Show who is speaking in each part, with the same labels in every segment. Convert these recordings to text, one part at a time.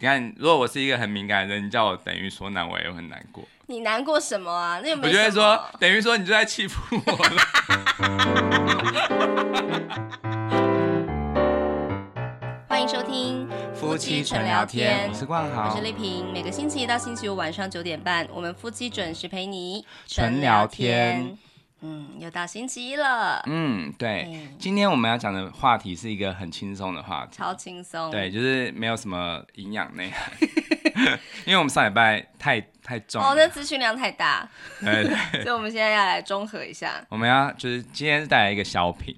Speaker 1: 你看，如果我是一个很敏感的人，你叫我等于说难，我也很难过。
Speaker 2: 你难过什么啊？那又
Speaker 1: 我
Speaker 2: 没
Speaker 1: 就会
Speaker 2: 什
Speaker 1: 说
Speaker 2: 么，。
Speaker 1: 等于说你就在欺负我了。
Speaker 2: 欢迎收听
Speaker 1: 我是冠
Speaker 2: 我是
Speaker 1: 豪。
Speaker 2: 丽萍。每个星期一到星期五晚上九点半，我们夫妻准时陪你
Speaker 1: 纯聊天。
Speaker 2: 嗯，又到星期一了，
Speaker 1: 嗯，对
Speaker 2: 嗯，
Speaker 1: 今天我们要讲的话题是一个很轻松的话题，
Speaker 2: 超轻松。哦
Speaker 1: 对，就是没有什么营养内涵， 因为我们上礼拜太太重
Speaker 2: 哦，那
Speaker 1: 了。
Speaker 2: 资讯量 太大，
Speaker 1: 对对，
Speaker 2: 所以我们现在要来综合一下。
Speaker 1: 我们要就是今天是带来一个小品，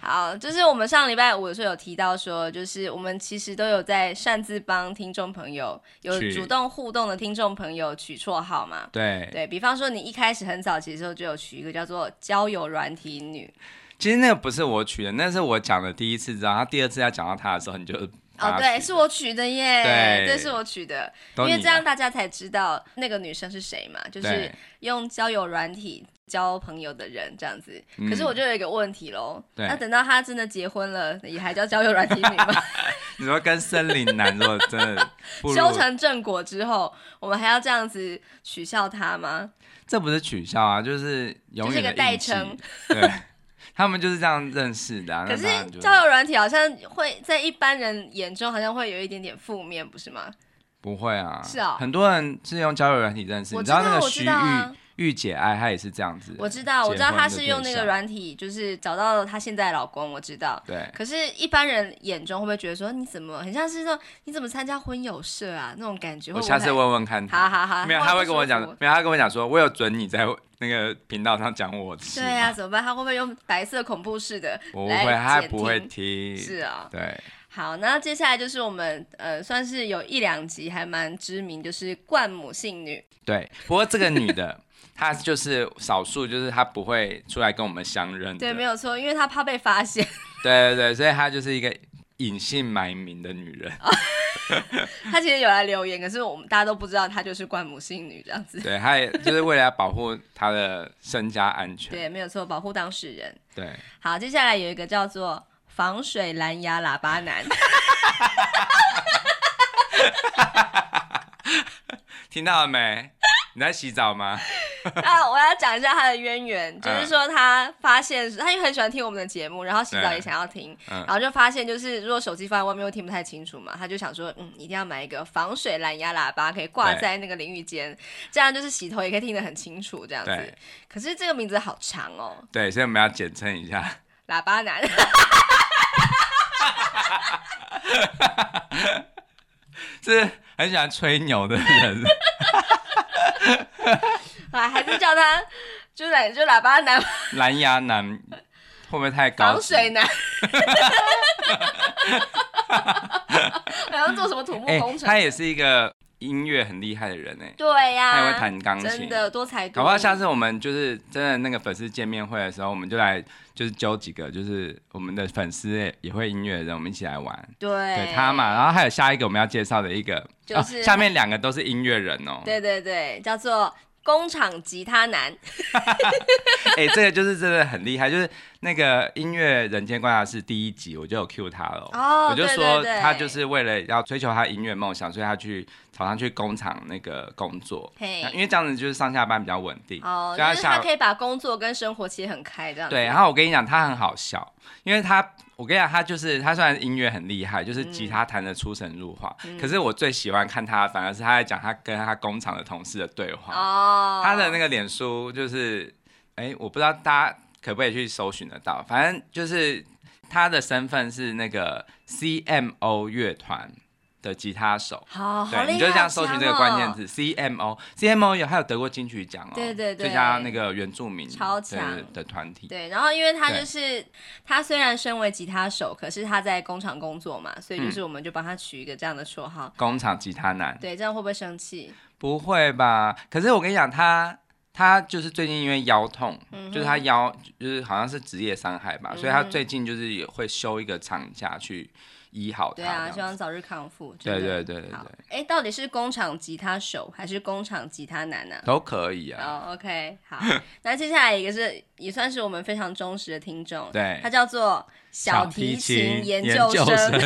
Speaker 2: 好，就是我们上礼拜五的时候有提到说，就是我们其实都有在擅自帮听众朋友有
Speaker 1: 取
Speaker 2: 主动互动的听众朋友取绰号嘛。
Speaker 1: 对，
Speaker 2: 对比方说，你一开始很早期的时候就有取一个叫做“交友软体女
Speaker 1: 其实那个不是我取的，那是我讲的第一次，然后第二次要讲到他的时候，你就”。
Speaker 2: 哦，
Speaker 1: 把它
Speaker 2: 对，
Speaker 1: 取
Speaker 2: 是我取的耶，
Speaker 1: 对
Speaker 2: 这是我取的，因
Speaker 1: 都
Speaker 2: 为
Speaker 1: 你
Speaker 2: 这样
Speaker 1: 的
Speaker 2: 大家才知道那个女生是谁嘛，就是
Speaker 1: 对
Speaker 2: 用交友软体交朋友的人这样子。
Speaker 1: 嗯
Speaker 2: 可是我就有一个问题喽，
Speaker 1: 对
Speaker 2: 那等到她真的结婚了，也还叫交友软体女吗？
Speaker 1: 你说跟森林男如果真的步入
Speaker 2: 修成正果之后，我们还要这样子取笑她吗？
Speaker 1: 这不是取笑啊，就是永远的
Speaker 2: 就是个代
Speaker 1: 印记
Speaker 2: 称。
Speaker 1: 对，他们就是这样认识的、啊。
Speaker 2: 可是
Speaker 1: 那当然就
Speaker 2: 交友软体好像会在一般人眼中好像会有一点点负面，不是吗？
Speaker 1: 不会啊，
Speaker 2: 是哦
Speaker 1: 很多人是用交友软体认识，
Speaker 2: 我
Speaker 1: 你
Speaker 2: 知
Speaker 1: 道
Speaker 2: 道
Speaker 1: 那个
Speaker 2: 我知
Speaker 1: 徐
Speaker 2: 道啊
Speaker 1: 玉玉姐爱，她也是这样子。
Speaker 2: 我知道，我知道
Speaker 1: 结婚的
Speaker 2: 她是用那
Speaker 1: 对
Speaker 2: 个
Speaker 1: 象
Speaker 2: 软体，就是找到了她现在的老公，我知道。
Speaker 1: 对，
Speaker 2: 可是，一般人眼中会不会觉得说你怎么很像是那种你怎么参加婚友社啊那种感觉？
Speaker 1: 我
Speaker 2: 会不
Speaker 1: 下次
Speaker 2: 会
Speaker 1: 问问看
Speaker 2: 好
Speaker 1: 她。
Speaker 2: 好好，
Speaker 1: 没有，
Speaker 2: 会
Speaker 1: 她
Speaker 2: 不
Speaker 1: 会跟我讲
Speaker 2: 舒服，
Speaker 1: 没有，她跟我讲说，我有准你在那个频道上讲我的事。
Speaker 2: 对啊，，怎么办？他会不会用白色恐怖式的
Speaker 1: 我不
Speaker 2: 来
Speaker 1: 会，她
Speaker 2: 监
Speaker 1: 不会听。
Speaker 2: 听是啊、
Speaker 1: 对，
Speaker 2: 好，那接下来就是我们呃，算是有一两集还蛮知名，就是冠母姓女，
Speaker 1: 对，不过这个女的， 她就是少数，就是她不会出来跟我们相认的。
Speaker 2: 对，没有错，因为她怕被 发现，
Speaker 1: 对对对，所以她就是一个隐姓埋名的女 人。
Speaker 2: 她其实有来留言，可是我们大家都不知道她就是冠母姓女这样子。
Speaker 1: 对，她也就是为了要保护她的身家安全。
Speaker 2: 对，没有错，保护当事人。
Speaker 1: 对，
Speaker 2: 好，接下来有一个叫做防水蓝牙喇叭男，
Speaker 1: 听到了没？你在洗澡 吗？
Speaker 2: 那啊我要讲一下他的渊源，就是说他发现他因为很喜欢听我们的节目，然后洗澡也想要听，
Speaker 1: 嗯
Speaker 2: 然后就发现就是如果手机放在外面会听不太清楚嘛，他就想说嗯，一定要买一个防水蓝牙喇叭，可以挂在那个淋浴间，这样就是洗头也可以听得很清楚这样子
Speaker 1: 对。
Speaker 2: 可是这个名字好长哦，
Speaker 1: 对，所以我们要简称一下。
Speaker 2: 喇叭男。
Speaker 1: 是很喜欢吹牛的 人，
Speaker 2: 啊，还是叫他就来就喇叭男、
Speaker 1: 蓝牙男会不会太高
Speaker 2: 防
Speaker 1: 级？
Speaker 2: 水男。 好像做什么土木
Speaker 1: 哎、
Speaker 2: 工程？
Speaker 1: 他也是一个音乐很厉害的人哎、
Speaker 2: 对呀、
Speaker 1: 他也会弹钢琴
Speaker 2: 真的多才多艺。
Speaker 1: 搞不好下次我们就是真的那个粉丝见面会的时候，我们就来就是揪几个就是我们的粉丝也会音乐的人，我们一起来玩。
Speaker 2: 对
Speaker 1: 对他嘛，，然后还有下一个我们要介绍的一个，
Speaker 2: 就是
Speaker 1: 哦、下面两个都是音乐人哦。
Speaker 2: 对对对，叫做工厂吉他男，
Speaker 1: 哎、这个就是真的很厉害，就是那个音乐人间观察室第一集我就有 cue 他了，
Speaker 2: 哦
Speaker 1: 我就
Speaker 2: 对对
Speaker 1: 说
Speaker 2: 对
Speaker 1: 他就是为了要追求他音乐梦想，所以他去早上去工厂那个工作，
Speaker 2: 嘿
Speaker 1: 那因为这样子就是上下班比较稳定，
Speaker 2: 哦，
Speaker 1: 所以
Speaker 2: 就
Speaker 1: 他
Speaker 2: 是
Speaker 1: 下
Speaker 2: 他可以把工作跟生活切很开，这样子
Speaker 1: 对，然后我跟你讲，他很好笑，因为他。我跟你讲，他就是他虽然音乐很厉害，就是吉
Speaker 2: 嗯
Speaker 1: 他弹的出神入化，可是我最喜欢看他，反而是他在讲他跟他工厂的同事的对话。
Speaker 2: 哦，
Speaker 1: 他的那
Speaker 2: 个
Speaker 1: 个脸书就是，哎、我不知道大家可不可以去搜寻得到，反正就是他的身份是那个 CMO 乐团的吉他手。
Speaker 2: 好哦好厉害、哦
Speaker 1: 对，你就这样搜寻这个关键，字 CMO，CMO 有还有得过金曲奖哦，
Speaker 2: 对对对
Speaker 1: 最佳那个原住民
Speaker 2: 超
Speaker 1: 对
Speaker 2: 强
Speaker 1: 对的团体，
Speaker 2: 对，然后因为他
Speaker 1: 对
Speaker 2: 就是他虽然身为吉他手，可是他在工厂工作嘛，所以
Speaker 1: 嗯
Speaker 2: 就是我们就帮他取一个这样的绰号。
Speaker 1: 工厂吉他男，
Speaker 2: 对，这样会不会生气？
Speaker 1: 不会吧？可是我跟你讲，他他就是最近因为腰痛，
Speaker 2: 嗯
Speaker 1: 就是他腰就是好像是职业伤害吧，所以他最近就是也会休一个长假去医好他
Speaker 2: 对
Speaker 1: 这样
Speaker 2: 啊，
Speaker 1: 子。
Speaker 2: 希望早日康复。
Speaker 1: 对
Speaker 2: 真的
Speaker 1: 对对对
Speaker 2: 好
Speaker 1: 对，，
Speaker 2: 哎，到底是工厂吉他手还是工厂吉他男呢、
Speaker 1: 都可以啊。
Speaker 2: 哦、o k 好，那接下来一个是也算是我们非哦常忠实的听众，
Speaker 1: 对
Speaker 2: 他叫做小提
Speaker 1: 琴
Speaker 2: 研
Speaker 1: 究
Speaker 2: 生，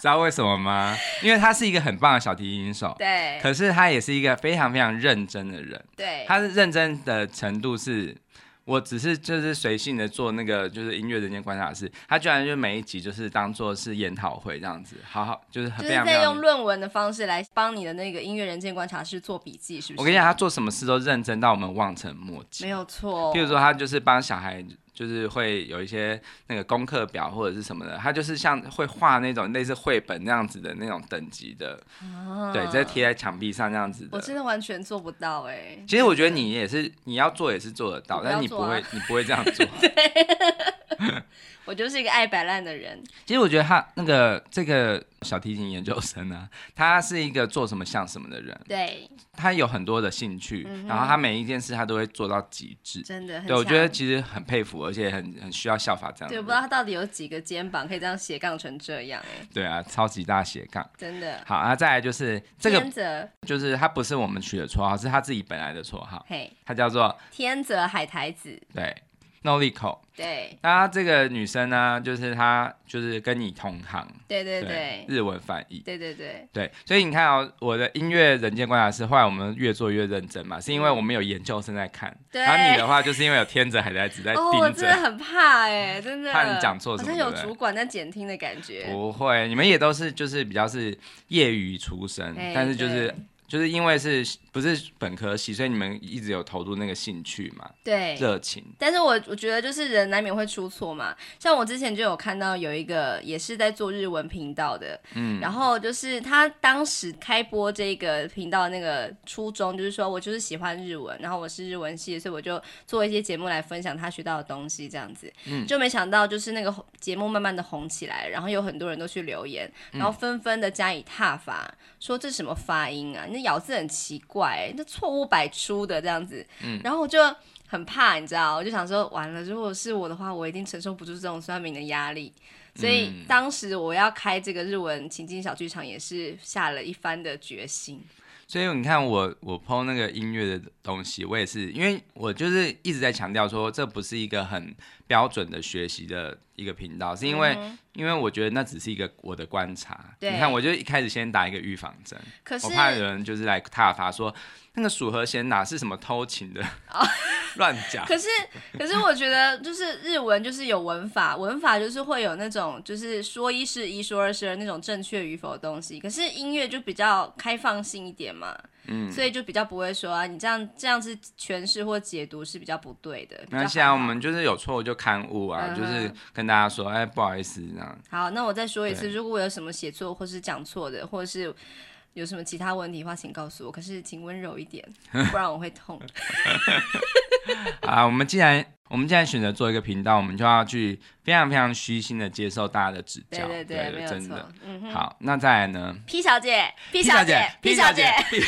Speaker 1: 知道为什么吗？因为他是一个很棒的小提琴手，
Speaker 2: 对
Speaker 1: 可是他也是一个非常非常认真的人。
Speaker 2: 对，
Speaker 1: 他是认真的程度是，我只是就是随性的做那个就是音乐人间观察室，他居然就每一集就是当做是研讨会这样子，好好就是
Speaker 2: 就
Speaker 1: 非
Speaker 2: 是
Speaker 1: 常非
Speaker 2: 在用
Speaker 1: 常。
Speaker 2: 论文的方式来帮你的那个音乐人间观察室做笔记，是不是？
Speaker 1: 我跟你讲，他做什么事都认真到我们望尘莫及
Speaker 2: 没。有错。
Speaker 1: 譬如说，他就是帮小孩，就是会有一些那个功课表或者是什么的，他就是像会画那种类似绘本那样子的那种等级的，
Speaker 2: 啊
Speaker 1: 对，再贴在墙壁上那样子
Speaker 2: 我
Speaker 1: 的。
Speaker 2: 真的完全做不到哎、
Speaker 1: 其实我觉得你也是，你要做也是做得到，
Speaker 2: 我不要
Speaker 1: 但是你不
Speaker 2: 做啊
Speaker 1: 会，你不会这样做。
Speaker 2: 我就是一个爱摆烂的人。
Speaker 1: 其实我觉得他那个这个小提琴研究生呢、 他是一个做什么像什么的人，
Speaker 2: 对，
Speaker 1: 他有很多的兴趣，
Speaker 2: 嗯哼
Speaker 1: 然后他每一件事他都会做到极致。
Speaker 2: 真的很
Speaker 1: 对，我觉得
Speaker 2: 强
Speaker 1: 其实很佩服，而且很很需要效法这样的
Speaker 2: 对，
Speaker 1: 人。
Speaker 2: 不知道他到底有几个肩膀可以这样斜杠成这样哎、
Speaker 1: 对啊，超级大斜杠。
Speaker 2: 真的。
Speaker 1: 好，那再来就是这个
Speaker 2: 天，泽，
Speaker 1: 就是他不是我们取的绰号，是他自己本来的绰号，
Speaker 2: 嘿，
Speaker 1: 他叫做
Speaker 2: 天泽海苔子，
Speaker 1: 对 Nolico。
Speaker 2: 对，
Speaker 1: 那这个女生呢，就是她就是跟你同行，
Speaker 2: 对对对，
Speaker 1: 日文翻译。
Speaker 2: 对对对，
Speaker 1: 对，所以你看哦，我的音乐人间观察室，后来我们越做越认真嘛，是因为我们有研究生在看，
Speaker 2: 对
Speaker 1: 然后你的话就是因为有天着海苔子在
Speaker 2: 哦，我
Speaker 1: 盯
Speaker 2: 真的
Speaker 1: 着，
Speaker 2: 很怕哎、真的，
Speaker 1: 怕你讲错什
Speaker 2: 好
Speaker 1: 么
Speaker 2: 像
Speaker 1: 对
Speaker 2: 有
Speaker 1: 不对
Speaker 2: 主管在监听的感觉，
Speaker 1: 不会，你们也都是就是比较是业余出身，
Speaker 2: 哎
Speaker 1: 但是就是
Speaker 2: 对
Speaker 1: 就是因为是不是本科系，所以你们一直有投入那个兴趣嘛，
Speaker 2: 对，
Speaker 1: 热情，
Speaker 2: 但是我我觉得就是人难免会出错嘛，像我之前就有看到有一个也是在做日文频道的，嗯，然后就是他当时开播这个频道的那个初衷就是说我就是喜欢日文，然后我是日文系，所以我就做一些节目来分享他学到的东西这样子，嗯，就没想到就是那个红节目慢慢的红起来，然后有很多人都去留言，然后纷纷的加以挞伐，说这什么发音啊，那咬字很奇怪、那错误百出的这样子，然后我就很怕，你知道，我就想说，完了，如果是我的话，我一定承受不住这种酸民的压力。所
Speaker 1: 嗯
Speaker 2: 以当时我要开这个日文情境小剧场，也是下了一番的决心。
Speaker 1: 所以你看我我抛那个音乐的东西，我也是因为我就是一直在强调说，这不是一个很标准的学习的一个频道，是因为、因为我觉得那只是一个我的观察。
Speaker 2: 嗯对
Speaker 1: 你看，我就一开始先打一个预防针，
Speaker 2: 可是
Speaker 1: 我怕有人啊就是来挞伐说那个鼠和弦哪是什么偷情的 乱讲。
Speaker 2: 哦可是，可是我觉得就是日文就是有文法，文法就是会有那种就是说一是一，说二是二那种正确与否的东西。可是音乐就比较开放性一点嘛，嗯，所以就比较不会说啊，你这样这样子诠释或解读是比较不对的。比
Speaker 1: 没
Speaker 2: 较
Speaker 1: 关系啊，
Speaker 2: 还
Speaker 1: 我
Speaker 2: 好
Speaker 1: 们就是有错误就刊物啊，
Speaker 2: 嗯哼
Speaker 1: 就是跟大家说，哎，不好意思这样。
Speaker 2: 好，那我再说一次，
Speaker 1: 对
Speaker 2: 如果我有什么写错或是讲错的，或者是有什么其他问题的话，请告诉我。可是请温柔 一点，不然我会痛。
Speaker 1: 啊，我们既然我们既然选择做一个频道，我们就要去非常非常虚心的接受大家的指
Speaker 2: 对
Speaker 1: 教，
Speaker 2: 对对，没有
Speaker 1: 真的
Speaker 2: 错。。嗯哼
Speaker 1: 好，那再来呢？
Speaker 2: ，P 小姐，P
Speaker 1: 小
Speaker 2: 小姐，P
Speaker 1: 小
Speaker 2: 小姐，
Speaker 1: P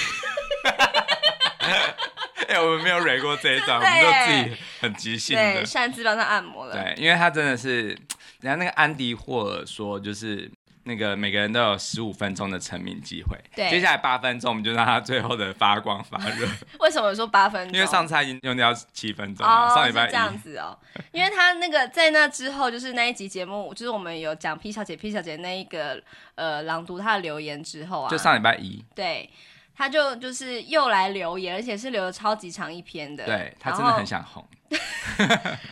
Speaker 1: 哎、我们没有蕊过这一招，我
Speaker 2: 真的
Speaker 1: 们都
Speaker 2: 耶
Speaker 1: 自己很即兴的
Speaker 2: 对，。擅自帮她按摩了。
Speaker 1: 对，因为他真的是，人家那个安迪霍尔说，就是那个每个人都有十五分钟的成名机会，
Speaker 2: 对
Speaker 1: 接下来八分钟我们就让他最后的发光发 热，
Speaker 2: 为什么说八分钟？
Speaker 1: 因为上次他已经用掉七分钟了，
Speaker 2: 哦，
Speaker 1: 上礼
Speaker 2: 是
Speaker 1: 拜
Speaker 2: 这样
Speaker 1: 一，
Speaker 2: 子哦，因为他那个在那之后，就是那一集节目，就是我们有讲 P 小姐 P 小姐那一个呃朗读她的留言之后啊，
Speaker 1: 就上礼拜一，
Speaker 2: 对，他就就是又来留言，而且是留了超级长一篇的。
Speaker 1: 对他
Speaker 2: 然
Speaker 1: 真的
Speaker 2: 后
Speaker 1: 很想红。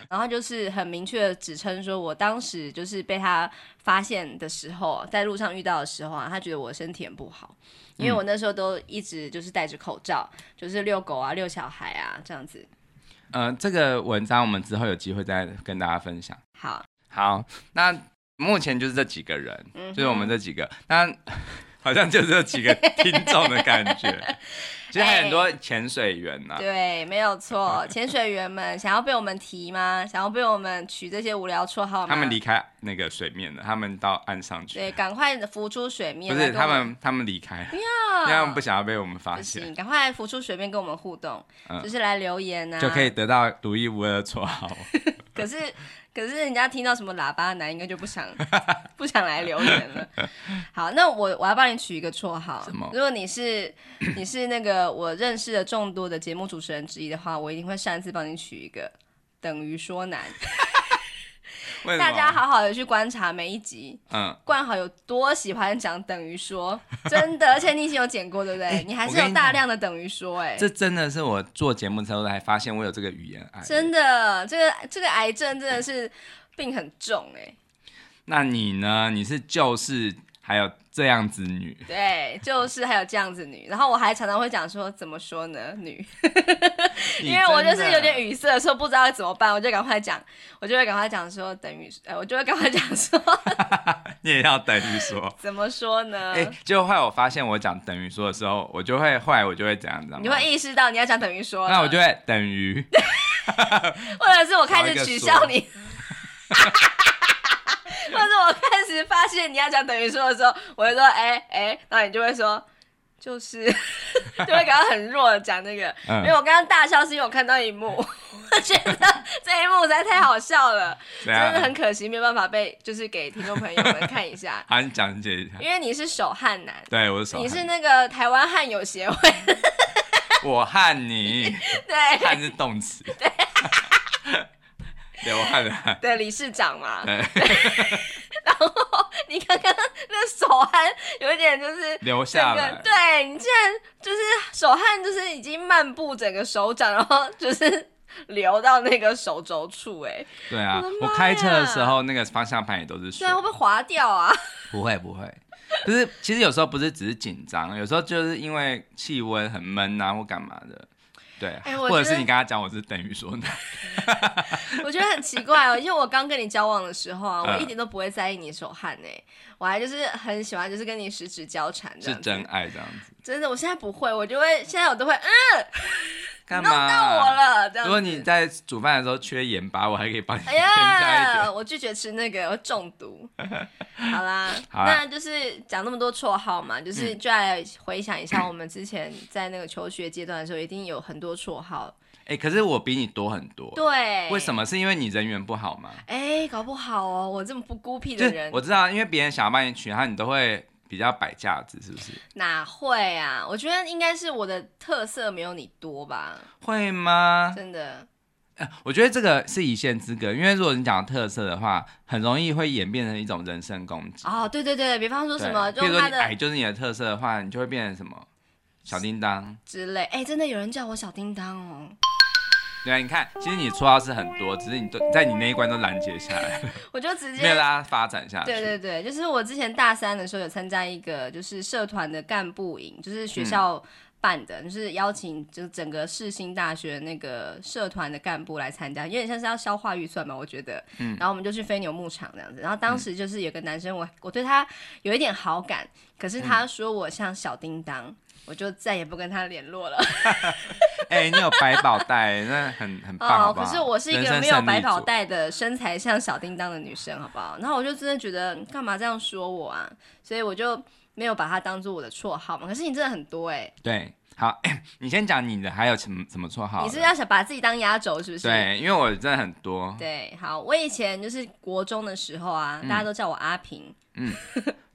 Speaker 2: 然后就是很明确的指称说，我当时就是被他发现的时候，在路上遇到的时候啊，他觉得我身体很不好，
Speaker 1: 嗯
Speaker 2: 因为我那时候都一直就是戴着口罩，就是遛狗啊、遛小孩啊这样子。
Speaker 1: 呃，这个文章我们之后有机会再跟大家分享。
Speaker 2: 好，
Speaker 1: 好，那目前就是这几个人，
Speaker 2: 嗯哼
Speaker 1: 就是我们这几个，那 好像就是这几个听众的感觉。其实还有很多潜水员呐、
Speaker 2: 哎对，没有错，潜水员们想要被我们提吗？想要被我们取这些无聊绰号吗？
Speaker 1: 他们离开那个水面了，他们到岸上
Speaker 2: 对，
Speaker 1: 去。
Speaker 2: 赶快浮出水面。
Speaker 1: 不
Speaker 2: 来
Speaker 1: 是，
Speaker 2: 跟我
Speaker 1: 他们他们离开了，因为他们不想要被我们发
Speaker 2: 不
Speaker 1: 现，
Speaker 2: 行，赶快浮出水面跟我们互动，
Speaker 1: 嗯
Speaker 2: 就是来留言啊，
Speaker 1: 就可以。得到独一无二的绰 号。
Speaker 2: 可是可是人家听到什么喇叭男，应该就 不想不想来留言了。好，那我我要帮你取一个绰号
Speaker 1: 什么，
Speaker 2: 如果你是你是那个我认识的众多的节目主持人之一的话，我一定会擅自帮你取一个等于说男。
Speaker 1: 为什么
Speaker 2: 大家，好好的去观察每一集，
Speaker 1: 嗯，
Speaker 2: 冠豪有多喜欢讲等 于说，真的，而且你已经有剪过，对不对？你还
Speaker 1: 哎
Speaker 2: 是
Speaker 1: 我跟
Speaker 2: 有
Speaker 1: 你
Speaker 2: 大
Speaker 1: 讲
Speaker 2: 量的等于说、哎，
Speaker 1: 这真的是我做节目之后才发现我有这个语言癌。
Speaker 2: 真的，这个这个癌症真的是病很重、哎。
Speaker 1: 那你呢？你是就是还有这样子女，
Speaker 2: 对，就是还有这样子女，然后我还常常会讲说，怎么说呢，女， 因为
Speaker 1: 你
Speaker 2: 我就
Speaker 1: 真
Speaker 2: 是
Speaker 1: 的
Speaker 2: 有点语塞，说不知道怎么办，我就赶快讲，我就会赶快讲说，等于，呃，我就会赶快讲说，
Speaker 1: 你也要等于说。
Speaker 2: 怎么说呢？
Speaker 1: 哎、结果后来我发现我讲等于说的时候，我就会后来我就会怎样，你知道吗？
Speaker 2: 你会意识到你要讲等于说了，
Speaker 1: 那我就会等 于，
Speaker 2: 或者是我开始取笑你， 或者是我开始发现你要讲等于说的时候，我就说哎哎、然后你就会说就是 就会感到很弱地讲那个，
Speaker 1: 嗯
Speaker 2: 因为我刚刚大笑是因为我看到一幕， 我觉得这一幕实在太好 笑了，
Speaker 1: 怎
Speaker 2: 真
Speaker 1: 样
Speaker 2: 的很可惜没有办法被就是给听众朋友们看一
Speaker 1: ，
Speaker 2: 下
Speaker 1: 好，你讲解一下。
Speaker 2: 因为你是手汗男。
Speaker 1: 对，我是手汗，
Speaker 2: 你是那个台湾汉友协会，
Speaker 1: 我汗 你，
Speaker 2: 对
Speaker 1: 汗是动 词， 流汗的汗，
Speaker 2: 的理事长嘛？
Speaker 1: 对，
Speaker 2: 然后你刚刚那手汗有一点就是
Speaker 1: 流
Speaker 2: 整
Speaker 1: 下
Speaker 2: 个
Speaker 1: 来，
Speaker 2: 对你竟然就是手汗，就是已经漫步整个手掌，然后就是流到那个手肘处，哎，
Speaker 1: 对啊
Speaker 2: 我的，妈
Speaker 1: 我
Speaker 2: 呀
Speaker 1: 开车的时候那个方向盘也都是
Speaker 2: 这
Speaker 1: 水，
Speaker 2: 样会不会滑掉啊？
Speaker 1: 不会不会，不是，其实有时候不是只是紧张，有时候就是因为气温很闷啊或干嘛的，对，
Speaker 2: 哎我
Speaker 1: 或者
Speaker 2: 觉
Speaker 1: 是
Speaker 2: 得
Speaker 1: 你刚刚讲我是等于说呢，
Speaker 2: 我觉得很奇怪哦，因为我刚跟你交往的时候啊，
Speaker 1: 嗯
Speaker 2: 我一点都不会在意你手汗哎，我还就是很喜欢就是跟你十指交缠这
Speaker 1: 是
Speaker 2: 样子，
Speaker 1: 真爱这样子，
Speaker 2: 真的，我现在不会，我就会现在我都会嗯
Speaker 1: 干
Speaker 2: 弄
Speaker 1: 嘛？
Speaker 2: 到我了这
Speaker 1: 啊如
Speaker 2: 样子。
Speaker 1: 果你在煮饭的时候缺盐巴，我还可以帮你
Speaker 2: 哎
Speaker 1: 添加一点。
Speaker 2: 呀，我拒绝吃那个，我中 毒。好啦，
Speaker 1: 好啊嗯啦
Speaker 2: 那就是讲那么多绰号嘛，就是就来回想一下，我们之前在那个求学阶段的时候，一定有很多绰号。
Speaker 1: 哎、可是我比你多很多。
Speaker 2: 对，
Speaker 1: 为什
Speaker 2: 么？
Speaker 1: 么？是因为你人缘不好吗？
Speaker 2: 哎，搞不好哦，我这么不孤僻
Speaker 1: 就
Speaker 2: 的
Speaker 1: 是
Speaker 2: 人
Speaker 1: 我知道，因为别人想要帮你取，然后你都会比较摆架子，是不是？
Speaker 2: 哪会啊？我觉得应该是我的特色没有你多吧，
Speaker 1: 会吗？
Speaker 2: 真的。
Speaker 1: 我觉得这个是一线之隔，因为如果你讲特色的话，很容易会演变成一种人身攻击。
Speaker 2: 哦，对对对，比方说
Speaker 1: 对
Speaker 2: 什么，
Speaker 1: 比
Speaker 2: 就
Speaker 1: 如说
Speaker 2: 他
Speaker 1: 你矮
Speaker 2: 的
Speaker 1: 就是你的特色的话，你就会变成什么小叮当。
Speaker 2: 之类。哎，真的有人叫我小叮当哦。
Speaker 1: 对啊，你看，其实你绰号是很多，只是你都在你那一关都拦截下来了，
Speaker 2: 我就 直接
Speaker 1: 没有让它发展下去。
Speaker 2: 对对对，就是我之前大三的时候有参加一个就是社团的干部营，就是
Speaker 1: 嗯
Speaker 2: 学校办的，就是邀请就是整个世新大学那个社团的干部来参加，有点像是要消化预算嘛，我觉得。嗯。然后我们就去飞牛牧场这样子，然后
Speaker 1: 嗯
Speaker 2: 当时就是有个男生，我我对他有一点好感，可
Speaker 1: 嗯
Speaker 2: 是他说我像小叮当，我就再也不跟他联络了。
Speaker 1: 哎、你有百宝袋，那很很棒好不
Speaker 2: 哦可
Speaker 1: 好
Speaker 2: 是我是一
Speaker 1: 人
Speaker 2: 个
Speaker 1: 生
Speaker 2: 没有
Speaker 1: 胜利
Speaker 2: 百宝
Speaker 1: 组
Speaker 2: 袋的身材像小叮当的女生，好不好？然后我就真的觉得干嘛这样说我啊，所以我就没有把它当做我的绰号嘛。可是你真的很多哎、
Speaker 1: 对，好， 你先讲你的，还有什么什么绰号？
Speaker 2: 你是不是要想把自己当压轴是不是？
Speaker 1: 对，因为我真的很多，
Speaker 2: 对好，我以前就是国中的时候啊，
Speaker 1: 嗯
Speaker 2: 大家都叫我阿平。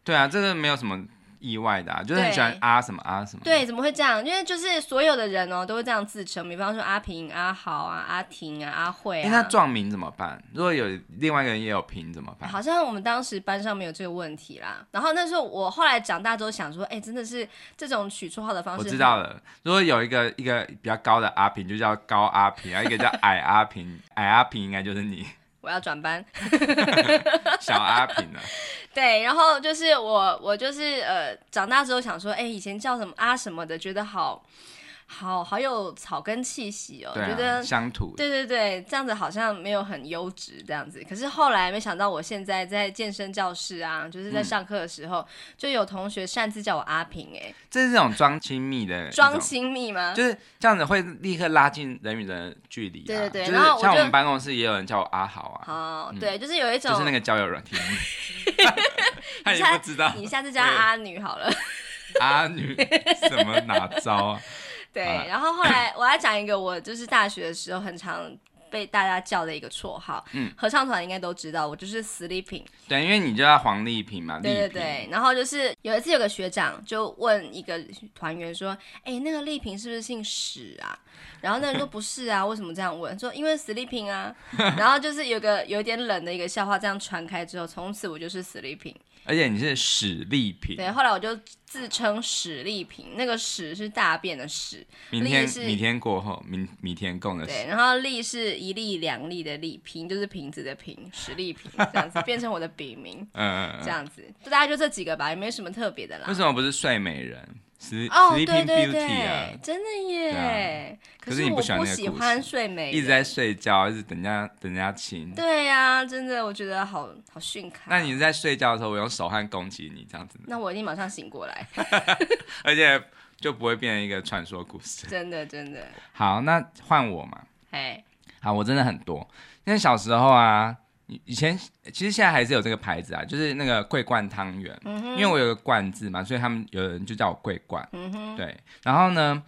Speaker 1: 对啊，这个没有什么意外的、啊，就是很喜欢
Speaker 2: 对
Speaker 1: 啊什么啊什么。
Speaker 2: 对，怎么会这样？因为就是所有的人哦，都会这样自称，比方说阿平、阿豪啊、阿婷啊、阿慧
Speaker 1: 哎、
Speaker 2: 啊。
Speaker 1: 那撞名怎么办？如果有另外一个人也有平怎么办？
Speaker 2: 好像我们当时班上没有这个问题啦。然后那时候我后来长大之后想说，哎、真的是这种取绰号的方式
Speaker 1: 我
Speaker 2: 很，
Speaker 1: 知道了，如果有一个一个比较高的阿平，就叫高阿平，然后一个叫矮阿平，矮阿平应该就是你，
Speaker 2: 我要转班。
Speaker 1: 小阿平了、
Speaker 2: 对，然后就是我，我就是呃，长大之后想说，哎、以前叫什么啊什么的，觉得好好好有草根气息哦，
Speaker 1: 对
Speaker 2: 觉
Speaker 1: 啊，
Speaker 2: 得。
Speaker 1: 乡土。
Speaker 2: 对对对，这样子好像没有很优质这样子。可是后来没想到，我现在在健身教室啊，就是在上课的时候，就有同学擅自叫我阿平、哎，
Speaker 1: 这是这种装亲密的一种
Speaker 2: 装亲密吗？
Speaker 1: 就是这样子会立刻拉近人与人的距离、啊。
Speaker 2: 对对对
Speaker 1: 就是
Speaker 2: 然后我
Speaker 1: 像我
Speaker 2: 就
Speaker 1: 们办公室也有人叫我阿豪啊，
Speaker 2: 哦，对，就是有一种，
Speaker 1: 就是那个交友软体， 他也
Speaker 2: 下
Speaker 1: 不知道
Speaker 2: 你下次叫她阿女好了。
Speaker 1: 阿女什么哪招啊？
Speaker 2: 对，
Speaker 1: 好啦
Speaker 2: 然后后来我要讲一个我就是大学的时候很常被大家叫的一个绰号。嗯，合唱团应该都知道，我就是 sleeping。
Speaker 1: 对，因为你就叫黄丽萍嘛，
Speaker 2: 对对
Speaker 1: 丽萍
Speaker 2: 对，然后就是有一次有个学长就问一个团员说：“哎、那个丽萍是不是姓史啊？”然后那人说：“不是啊，为什么这样问？”说：“因为 sleeping 啊。”然后就是有个有点冷的一个笑话，这样传开之后，从此我就是 sleeping。
Speaker 1: 而且你是史丽萍，
Speaker 2: 对，啊后来我就自称史丽萍，那个史是大便的史，
Speaker 1: 明
Speaker 2: 丽
Speaker 1: 天
Speaker 2: 是
Speaker 1: 明天过后，明明天共 的
Speaker 2: 对，
Speaker 1: 史，
Speaker 2: 然后丽是一粒两粒的粒，瓶就是瓶子的瓶，史丽萍这样子变成我的笔名，
Speaker 1: 嗯嗯
Speaker 2: 这
Speaker 1: 嗯，
Speaker 2: 样子，就大概就这几个吧，也没什么特别的啦
Speaker 1: 为。什么不是睡美人？是
Speaker 2: 哦，对
Speaker 1: Sleeping
Speaker 2: 对
Speaker 1: Beauty
Speaker 2: 对
Speaker 1: 啊，，
Speaker 2: 真的
Speaker 1: 对
Speaker 2: 耶
Speaker 1: 啊！可
Speaker 2: 可
Speaker 1: 是
Speaker 2: 是
Speaker 1: 你
Speaker 2: 我
Speaker 1: 不喜欢那个
Speaker 2: 喜
Speaker 1: 故
Speaker 2: 欢
Speaker 1: 事
Speaker 2: 睡美人，
Speaker 1: 一直在睡觉，一直等人家等人家亲。
Speaker 2: 对啊呀、真的，我觉得好好逊咖。
Speaker 1: 那你在睡觉的时候，我用手汗攻击你这样子，
Speaker 2: 那我一定马上醒过来，
Speaker 1: 而且就不会变成一个传说故事。
Speaker 2: 真的真的，
Speaker 1: 好，那换我嘛。
Speaker 2: 哎，
Speaker 1: 好，我真的很多。因为小时候啊，以以前其实现在还是有这个牌子啊，就是那个桂冠汤圆。因为我有个冠字嘛，所以他们有人就叫我桂冠。
Speaker 2: 嗯哼，
Speaker 1: 对，然后呢，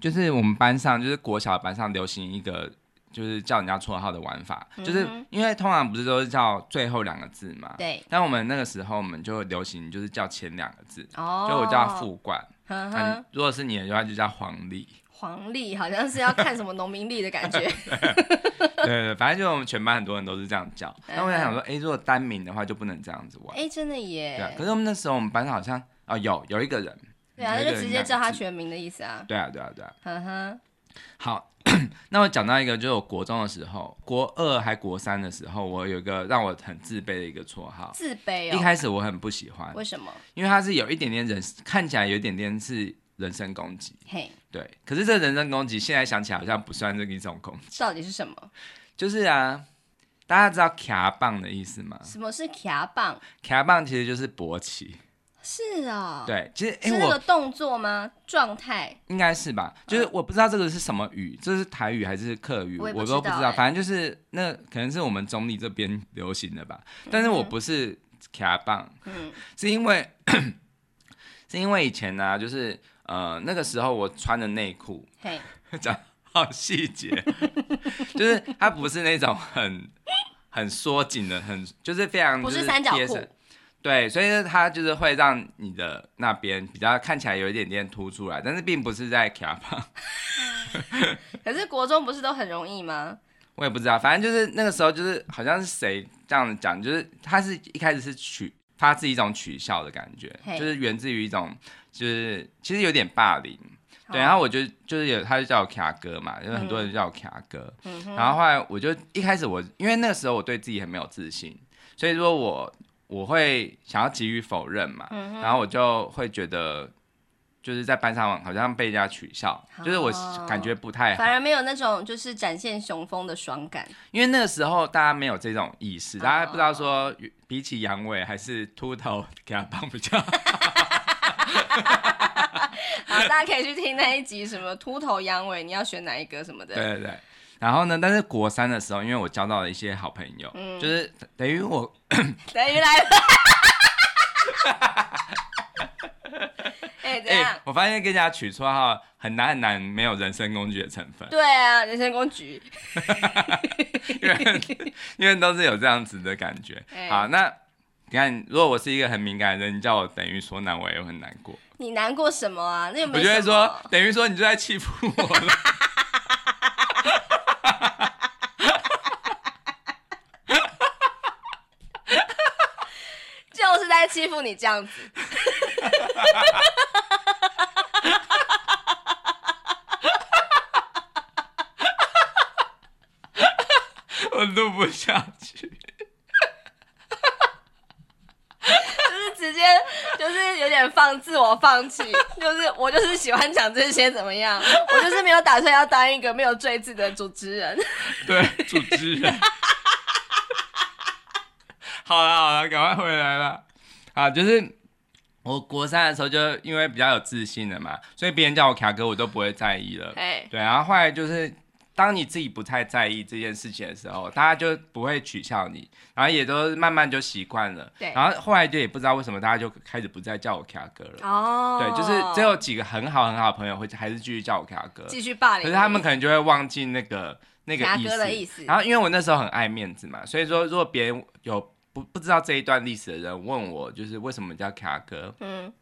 Speaker 1: 就是我们班上，就是国小班上流行一个。就是叫人家绰号的玩法，就是
Speaker 2: 嗯哼
Speaker 1: 因为通常不是都是叫最后两个字嘛，
Speaker 2: 对，
Speaker 1: 但我们那个时候我们就流行就是叫前两个字，
Speaker 2: 哦，嗯
Speaker 1: 就我叫富冠，
Speaker 2: 呵
Speaker 1: 那你
Speaker 2: 呵，
Speaker 1: 如果是你的话就叫黄 历，
Speaker 2: 黄历好像是要看什么农民历的 感觉，
Speaker 1: 对对，对反正就我们全班很多人都是这样叫。
Speaker 2: 嗯
Speaker 1: 那我在想说，哎，如果单名的话就不能这样子玩，
Speaker 2: 哎、真的耶
Speaker 1: 对啊。可是我们那时候我们班上好像哦有有一个人，
Speaker 2: 对啊，
Speaker 1: 有
Speaker 2: 那
Speaker 1: 一个
Speaker 2: 就
Speaker 1: 人
Speaker 2: 直
Speaker 1: 这
Speaker 2: 接
Speaker 1: 样
Speaker 2: 叫他
Speaker 1: 子，
Speaker 2: 全名的意思啊，
Speaker 1: 对啊对啊对啊。
Speaker 2: 呵呵，
Speaker 1: 好， 那我讲到一个，就是我国中的时候，国二还国三的时候，我有一个让我很自卑的一个绰号。
Speaker 2: 自卑
Speaker 1: 一
Speaker 2: 哦，
Speaker 1: 开始我很不喜欢，
Speaker 2: 为什么？
Speaker 1: 因为它是有一点点人，看起来有一点点是人身攻击。
Speaker 2: 嘿，
Speaker 1: 对，可是这人身攻击现在想起来好像不算是一种攻击，
Speaker 2: 到底是什么？
Speaker 1: 就是啊，大家知道卡棒的意思吗？
Speaker 2: 什么是卡棒？
Speaker 1: 卡棒其实就是勃起，
Speaker 2: 是啊、哦，，
Speaker 1: 对，其实哎、
Speaker 2: 是那个
Speaker 1: 我
Speaker 2: 动作吗？状态？
Speaker 1: 应该是
Speaker 2: 嗯
Speaker 1: 吧，就是我不知道这个是什么语，这是台语还是客语，
Speaker 2: 我
Speaker 1: 我
Speaker 2: 也不
Speaker 1: 都不
Speaker 2: 知
Speaker 1: 知
Speaker 2: 道
Speaker 1: 道，
Speaker 2: 哎
Speaker 1: 反正就是那可能是我们中立这边流行的吧，但是我不是卡棒，
Speaker 2: 嗯，
Speaker 1: 是因为 是因为以前呢、啊就是呃那个时候我穿的内裤，
Speaker 2: 嘿，
Speaker 1: 讲好细节， 就是它不是那种很很缩紧的，很就是非常
Speaker 2: 不
Speaker 1: 就是
Speaker 2: 三角
Speaker 1: 贴
Speaker 2: 裤
Speaker 1: 身对，所以呢它就是会让你的那边比较看起来有一点点凸出来，但是并不是在卡胖，
Speaker 2: 可是国中不是都很容易吗？
Speaker 1: 我也不知道，反正就是那个时候就是好像是谁这样子讲，就是他是一开始是取发自一种取笑的感觉，
Speaker 2: 嘿
Speaker 1: 就是源自于一种就是其实有点霸凌，对，啊
Speaker 2: 哦
Speaker 1: 然后我就就是有他就叫我卡哥嘛，因为很多人就叫我卡哥，
Speaker 2: 嗯哼，
Speaker 1: 然后后来我就一开始我，因为那个时候我对自己很没有自信，所以说我我会想要急于否认嘛，
Speaker 2: 嗯
Speaker 1: 然后我就会觉得就是在班上好像被人家取笑，就是我
Speaker 2: 哦
Speaker 1: 感觉不太好
Speaker 2: 反，而没有那种就是展现雄风的爽感。
Speaker 1: 因为那个时候大家没有这种意识，
Speaker 2: 哦
Speaker 1: 大家不知道说比起阳痿还是秃头 给他帮比较好。
Speaker 2: 好，大家可以去听那一集什么秃头阳痿，你要选哪一个什么的。
Speaker 1: 对对对。然后呢？但是国三的时候，因为我交到了一些好朋友，
Speaker 2: 嗯
Speaker 1: 就是等于我
Speaker 2: 等 于来 了。哎、怎
Speaker 1: 哎、
Speaker 2: 样？
Speaker 1: 我发现跟人家取绰号很难很难，没有人身攻击的成分。
Speaker 2: 对啊，人身攻击。
Speaker 1: 因为因为都是有这样子的感觉。
Speaker 2: 哎
Speaker 1: 好，那你看，如果我是一个很敏感的人，你叫我等于说难，我也会很难过。
Speaker 2: 你难过什么啊？那又
Speaker 1: 我
Speaker 2: 没
Speaker 1: 就会
Speaker 2: 什么
Speaker 1: 说，等于说你就在欺负我了。
Speaker 2: 就是在欺负你这样子。
Speaker 1: 我录不下去。
Speaker 2: 就是 直接就是有点放自我放 弃，就是我就是喜欢讲这些怎么样，我就是没有打算要当一个没有罪字的主持 人。
Speaker 1: 对，主持人。 好了好了，赶快回来了。啊，就是我国三的时候，就因为比较有自信了嘛，所以别人叫我卡哥，我都不会在意了。
Speaker 2: 哎，
Speaker 1: 对，然后后来就是，当你自己不太在意这件事情的时候，大家就不会取笑你，然后也都慢慢就习惯了。
Speaker 2: 对
Speaker 1: 然后后来就也不知道为什么大家就开始不再叫我卡哥了。
Speaker 2: 哦，
Speaker 1: 对，就是只有几个很好很好的朋友会还是继续叫我卡哥，
Speaker 2: 继续霸
Speaker 1: 可
Speaker 2: 凌，
Speaker 1: 是他们可能就会忘记那个那个
Speaker 2: 牙
Speaker 1: 意
Speaker 2: 哥
Speaker 1: 思
Speaker 2: 的。意思。
Speaker 1: 然后因为我那时候很爱面子嘛，所以说如果别人有不不知道这一段历史的人问我，就是为什么叫卡哥，
Speaker 2: 嗯，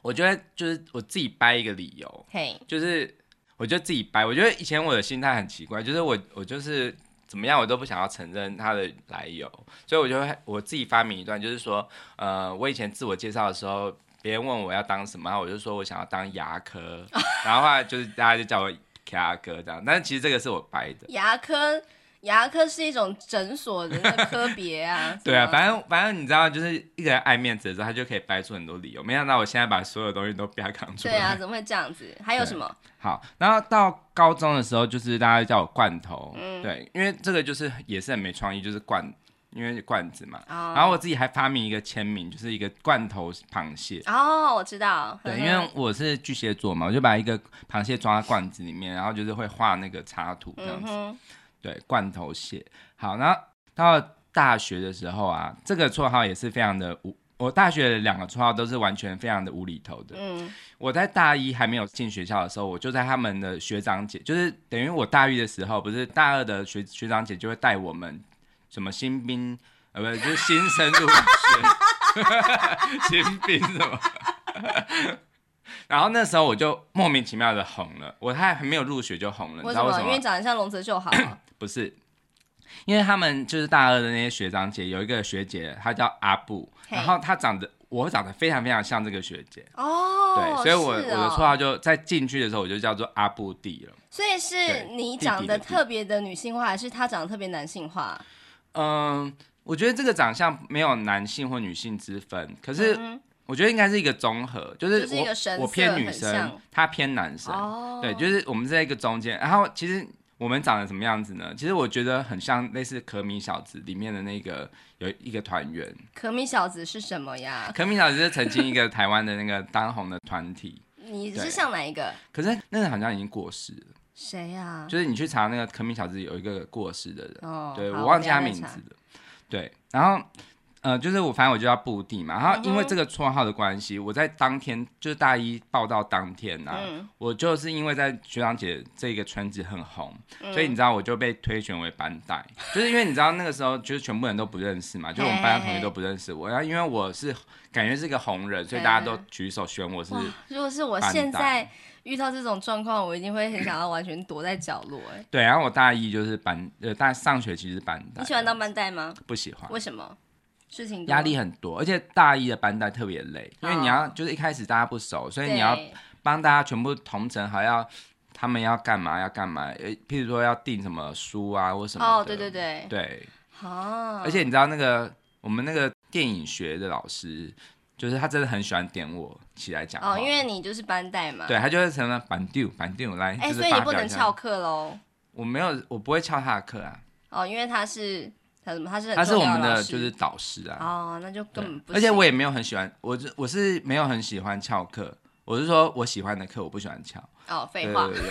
Speaker 1: 我觉得就是我自己掰一个理由，
Speaker 2: 嘿，
Speaker 1: 就是我就自己掰。我觉得以前我的心态很奇怪，就是我我就是怎么样我都不想要承认它的来由，所以我就会我自己发明一段，就是说，呃，我以前自我介绍的时候，别人问我要当什么，然后我就说我想要当牙 科，然后后来就是大家就叫我牙哥这样，但是其实这个是我掰的。。
Speaker 2: 牙科牙科是一种诊所的那个科别啊
Speaker 1: 对啊，
Speaker 2: 什么
Speaker 1: 反正反正你知道，就是一个人爱面子的时候，他就可以掰出很多理由。没想到我现在把所有东西都啪扛出来。
Speaker 2: 对啊，怎么会这样子？还有
Speaker 1: 对
Speaker 2: 什么？
Speaker 1: 好，然后到高中的时候，就是大家叫我罐头，
Speaker 2: 嗯
Speaker 1: 对，因为这个就是也是很没创意，就是罐，因为罐子嘛。
Speaker 2: 然
Speaker 1: 然后我自己还发明一个签名，就是一个罐头螃蟹。
Speaker 2: 哦，我知道。
Speaker 1: 啊对，
Speaker 2: 嗯
Speaker 1: 因
Speaker 2: 哼
Speaker 1: 为我是巨蟹座嘛，我就把一个螃蟹装在罐子里面，然后就是会画那个插图这样
Speaker 2: 嗯
Speaker 1: 子。
Speaker 2: 哼，
Speaker 1: 对，罐头蟹。好，然后到大学的时候啊，这个绰号也是非常的无。我大学的两个绰号都是完全非常的无厘头的。
Speaker 2: 嗯，
Speaker 1: 我在大一还没有进学校的时候，我就在他们的学长姐，就是等于我大一的时候，不是大二的学学长姐就会带我们什么新兵，呃，不是就是新生入学， 新兵什么。然后那时候我就莫名其妙的红了，我还还没有入学就红了，你知
Speaker 2: 为什
Speaker 1: 道为
Speaker 2: 么？
Speaker 1: 什
Speaker 2: 因
Speaker 1: 么
Speaker 2: 为
Speaker 1: 吗？
Speaker 2: 长得像龙泽秀 好。
Speaker 1: 不是，因为他们就是大二的那些学长姐，有一个学姐她叫阿布，
Speaker 2: 嘿
Speaker 1: 然后她长得我长得非常非常像这个学姐，
Speaker 2: 哦，
Speaker 1: 对，所以我、
Speaker 2: 是
Speaker 1: 我的
Speaker 2: 哦
Speaker 1: 绰号就在进去的时候我就叫做阿布弟了。
Speaker 2: 所以是
Speaker 1: 对
Speaker 2: 你
Speaker 1: 弟
Speaker 2: 长
Speaker 1: 弟
Speaker 2: 得
Speaker 1: 的弟
Speaker 2: 特别的女性化，还是他长得特别男性化？
Speaker 1: 嗯，我觉得这个长相没有男性或女性之分，可是
Speaker 2: 嗯
Speaker 1: 我觉得应该是一个综合，就
Speaker 2: 就是是一
Speaker 1: 我
Speaker 2: 个神
Speaker 1: 我
Speaker 2: 色
Speaker 1: 偏
Speaker 2: 很
Speaker 1: 女生
Speaker 2: 像，
Speaker 1: 她偏男
Speaker 2: 哼
Speaker 1: 生，
Speaker 2: 哦，
Speaker 1: 对，就是我们在一个中间。然后其实我们长得什么样子呢？其实我觉得很像类似《可米小子》里面的那个有一个团员，
Speaker 2: 可米小子是什么呀？
Speaker 1: 可米小子是曾经一个台湾的那个当红的团体，
Speaker 2: 你是
Speaker 1: 对
Speaker 2: 像哪一个？
Speaker 1: 可是那个好像已经过世了。
Speaker 2: 谁呀？
Speaker 1: 就是你去查那个可米小子有一个过世的人，
Speaker 2: 哦，
Speaker 1: 对
Speaker 2: 好
Speaker 1: 我忘记他
Speaker 2: 等一
Speaker 1: 名
Speaker 2: 下再
Speaker 1: 字了。对，然后呃，就是我反正我就叫布弟嘛，然后因为
Speaker 2: 嗯哼
Speaker 1: 这个绰号的关系，我在当天就是大一报到当天呐、
Speaker 2: 查。嗯，
Speaker 1: 我就是因为在学长姐这个圈子很红，所以你
Speaker 2: 嗯
Speaker 1: 知道我就被推选为班带，就是因为你知道那个时候就是全部人都不认识嘛，就是我们班的同学都不认识我，然后因为我是感觉是个红人，所以大家都
Speaker 2: 嗯
Speaker 1: 举手选我是
Speaker 2: 哇，如果是我
Speaker 1: 班
Speaker 2: 现
Speaker 1: 代
Speaker 2: 在遇到这种状况，我一定会很想要完全躲在角落。 哎，
Speaker 1: 对，然后我大一就是班呃大上学期是班带，
Speaker 2: 你喜欢当班带吗？
Speaker 1: 不喜欢？
Speaker 2: 为什么？事情多
Speaker 1: 啊压力很多，而且大一的班带特别累，因为你要、
Speaker 2: 哦
Speaker 1: 就是一开始大家不熟，所以
Speaker 2: 对
Speaker 1: 你要帮大家全部同城，还要他们要干嘛要干嘛，呃，譬如说要订什么书啊或什么的。
Speaker 2: 哦，对对对，
Speaker 1: 对
Speaker 2: 哦，
Speaker 1: 而且你知道那个我们那个电影学的老师，就是他真的很喜欢点我起来讲话，
Speaker 2: 哦，因为你就是班带嘛，
Speaker 1: 对他就会成了板丢板丢来，
Speaker 2: 哎，
Speaker 1: 就是
Speaker 2: 所以你
Speaker 1: 发
Speaker 2: 不
Speaker 1: 表
Speaker 2: 能
Speaker 1: 一下
Speaker 2: 翘，课喽。
Speaker 1: 我没有，我不会翘他的课啊，
Speaker 2: 哦，因为他是他什么？他是很
Speaker 1: 他是
Speaker 2: 重
Speaker 1: 我
Speaker 2: 要
Speaker 1: 们
Speaker 2: 老
Speaker 1: 的
Speaker 2: 师
Speaker 1: 就是导师啊，
Speaker 2: 哦，那就根
Speaker 1: 对
Speaker 2: 本不行。
Speaker 1: 而且我也没有很喜欢，我是我是没有很喜欢翘课，我是说我喜欢的课我不喜欢翘。
Speaker 2: 哦，
Speaker 1: 对
Speaker 2: 废话
Speaker 1: 对，对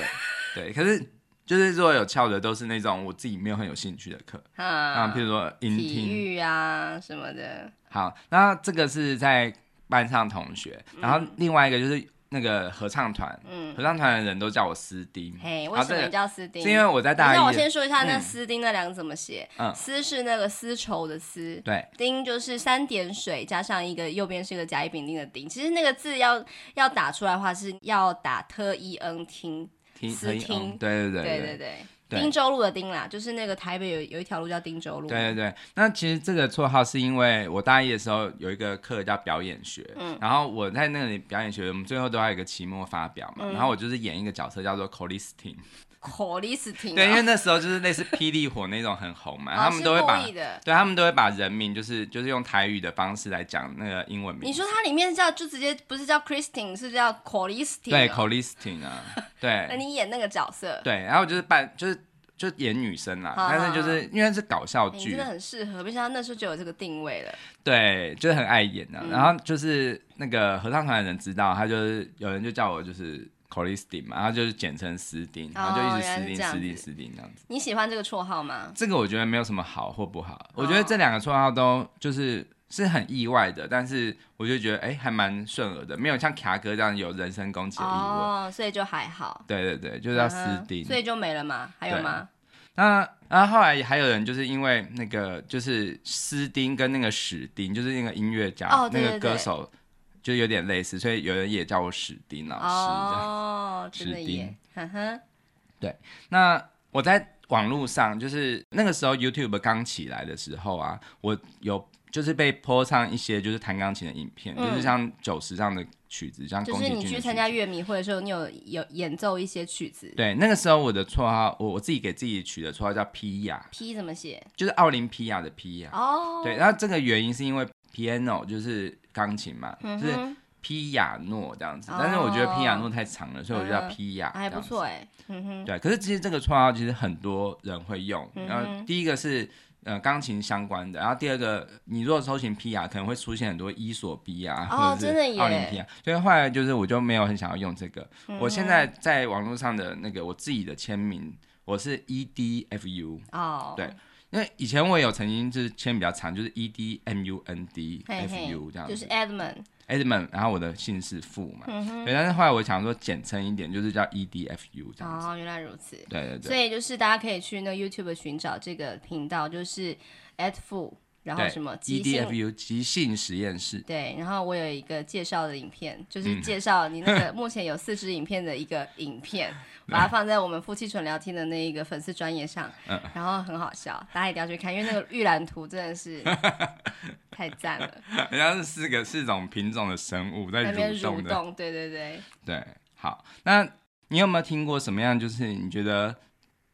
Speaker 1: 对，对可是就是如果有翘的都是那种我自己没有很有兴趣的课，啊，
Speaker 2: 嗯
Speaker 1: 譬，如说音
Speaker 2: 体
Speaker 1: 听。
Speaker 2: 育啊什么的，
Speaker 1: 好，那这个是在班上同学，然后另外一个就是那个合唱团，
Speaker 2: 嗯，
Speaker 1: 合唱团的人都叫我斯丁，
Speaker 2: 嘿，为
Speaker 1: 好
Speaker 2: 什
Speaker 1: 这
Speaker 2: 么
Speaker 1: 个
Speaker 2: 你叫斯丁？
Speaker 1: 是因为我在
Speaker 2: 等一下，
Speaker 1: 大
Speaker 2: 我
Speaker 1: 一的，
Speaker 2: 先说一下那“
Speaker 1: 嗯
Speaker 2: 丝丁”那两个怎么写。
Speaker 1: 嗯
Speaker 2: 丝是那个丝绸的丝，
Speaker 1: 对
Speaker 2: 丁就是三点水加上一个右边是一个甲乙丙丁的丁。其实那个字要要打出来的话是要打特一恩听，
Speaker 1: 听
Speaker 2: 斯
Speaker 1: 合音
Speaker 2: 汀
Speaker 1: 嗯对对
Speaker 2: 对
Speaker 1: 对对
Speaker 2: 对对，
Speaker 1: 对
Speaker 2: 汀州路的汀啦，就是那个台北有有一条路叫汀州路。
Speaker 1: 对对对，那其实这个绰号是因为我大一的时候有一个课叫表演学，
Speaker 2: 嗯
Speaker 1: 然后我在那里表演学，我们最后都要有一个期末发表嘛，
Speaker 2: 嗯
Speaker 1: 然后我就是演一个角色叫做 c o l i s t i n
Speaker 2: 口里斯汀啊。
Speaker 1: 对，因为那时候就是类似霹雳火那种很红嘛，
Speaker 2: 哦
Speaker 1: 啊他们都会把
Speaker 2: 是故意的。
Speaker 1: 对他们都会把人名就是就是用台语的方式来讲那个英文名，
Speaker 2: 你说它里面叫就直接不是叫 Christine，是叫 c o l i s t i n
Speaker 1: 对 c o l i s t i n 啊，
Speaker 2: 哦那
Speaker 1: 对
Speaker 2: 你演那个角色，
Speaker 1: 对，然后就是扮就是就演女生啦，
Speaker 2: 好
Speaker 1: 但是就是因为是搞笑
Speaker 2: 哎你真
Speaker 1: 剧啊
Speaker 2: 的，很适合，没想到那时候就有这个定位了。
Speaker 1: 对，就是很爱演啊。
Speaker 2: 嗯
Speaker 1: 然后就是那个合唱团的人知道，他就是有人就叫我就是 c o l i s t i n 嘛，然后就是简称斯丁，然后就一直斯
Speaker 2: 哦原来是
Speaker 1: 丁
Speaker 2: 这样
Speaker 1: 斯丁
Speaker 2: 子
Speaker 1: 斯丁这样子。
Speaker 2: 你喜欢这个绰号吗？
Speaker 1: 这个我觉得没有什么好或不好，我
Speaker 2: 哦
Speaker 1: 觉得这两个绰号都就是是很意外的，但是我就觉得哎、还蛮顺耳的，没有像卡哥这样有人身攻击的意味。
Speaker 2: 哦，所以就还好，
Speaker 1: 对对对，就是要斯
Speaker 2: 嗯哼
Speaker 1: 丁。
Speaker 2: 所以就没了嘛？还有吗？
Speaker 1: 那然后后来还有人就是因为那个就是斯丁跟那个史丁，就是那个音乐家、
Speaker 2: 哦对
Speaker 1: 那个
Speaker 2: 对对
Speaker 1: 歌手，就有点类似，所以有人也叫我史丁老师。这样
Speaker 2: 哦，真的
Speaker 1: 史
Speaker 2: 耶
Speaker 1: 丁，
Speaker 2: 哼哼，
Speaker 1: 那我在网络上，就是那个时候 YouTube 刚起来的时候啊，我有就是被播上一些就是弹钢琴的影片，
Speaker 2: 嗯
Speaker 1: 就是像九十这样的曲子，像
Speaker 2: 就
Speaker 1: 宫
Speaker 2: 是
Speaker 1: 崎
Speaker 2: 你
Speaker 1: 骏
Speaker 2: 去
Speaker 1: 的
Speaker 2: 参
Speaker 1: 曲
Speaker 2: 加
Speaker 1: 子
Speaker 2: 乐迷会的时候，你有有演奏一些曲子
Speaker 1: 对，那个时候我的绰号，我我自己给自己取的绰号叫皮亚，
Speaker 2: ，P 怎么写？
Speaker 1: 就是奥林匹亚的皮亚。
Speaker 2: 哦，
Speaker 1: 对，，然后这个原因是因为 piano 就是钢琴嘛，
Speaker 2: 嗯
Speaker 1: 就是
Speaker 2: 哼，
Speaker 1: 皮亚诺这样子
Speaker 2: 哦，
Speaker 1: 但是我觉得皮亚诺太长了，所以我就叫
Speaker 2: 嗯
Speaker 1: 皮亚。
Speaker 2: 还不错。哎，嗯哼，
Speaker 1: 对，可是其实这个绰号其实很多人会用，
Speaker 2: 嗯哼
Speaker 1: 然后第一个是呃钢琴相关的，然后第二个你如果搜寻 P 啊，可能会出现很多伊索比亚
Speaker 2: 哦
Speaker 1: 或者
Speaker 2: 真的耶
Speaker 1: 是奥林匹亚，所以后来就是我就没有很想要用这个。
Speaker 2: 嗯
Speaker 1: 我现在在网络上的那个我自己的签名，我是 E D F U，
Speaker 2: 哦，
Speaker 1: 对因为以前我有曾经就是签比较长，就是 E D M U N D
Speaker 2: 嘿
Speaker 1: F
Speaker 2: 嘿
Speaker 1: U 这样子，
Speaker 2: 就是 Edmund，
Speaker 1: Edmund，然后我的姓是傅嘛，
Speaker 2: 嗯哼，
Speaker 1: 对，但是后来我想说简称一点，就是叫 E D F U 这样子，
Speaker 2: 哦，原来如此。
Speaker 1: 对对对
Speaker 2: 所。以就是大家可以去那 YouTube 寻找这个频道，就是 at food，然后
Speaker 1: 对 E
Speaker 2: 什么即兴。
Speaker 1: EDFU 即兴实验室，
Speaker 2: 对，然后我有一个介绍的影片，就是
Speaker 1: 嗯
Speaker 2: 介绍你那个目前有四支影片的一个影 片，把它放在我们夫妻纯聊天的那一个粉丝专业上，
Speaker 1: 嗯
Speaker 2: 然后很好笑，大家一定要去看，因为那个预览图真 的是太赞了，
Speaker 1: 好像是四个四种品种的生物在
Speaker 2: 在那边
Speaker 1: 蠕
Speaker 2: 蠕
Speaker 1: 动的。
Speaker 2: 动，对对对，
Speaker 1: 对，好，那你有没有听过什么样？就是你觉得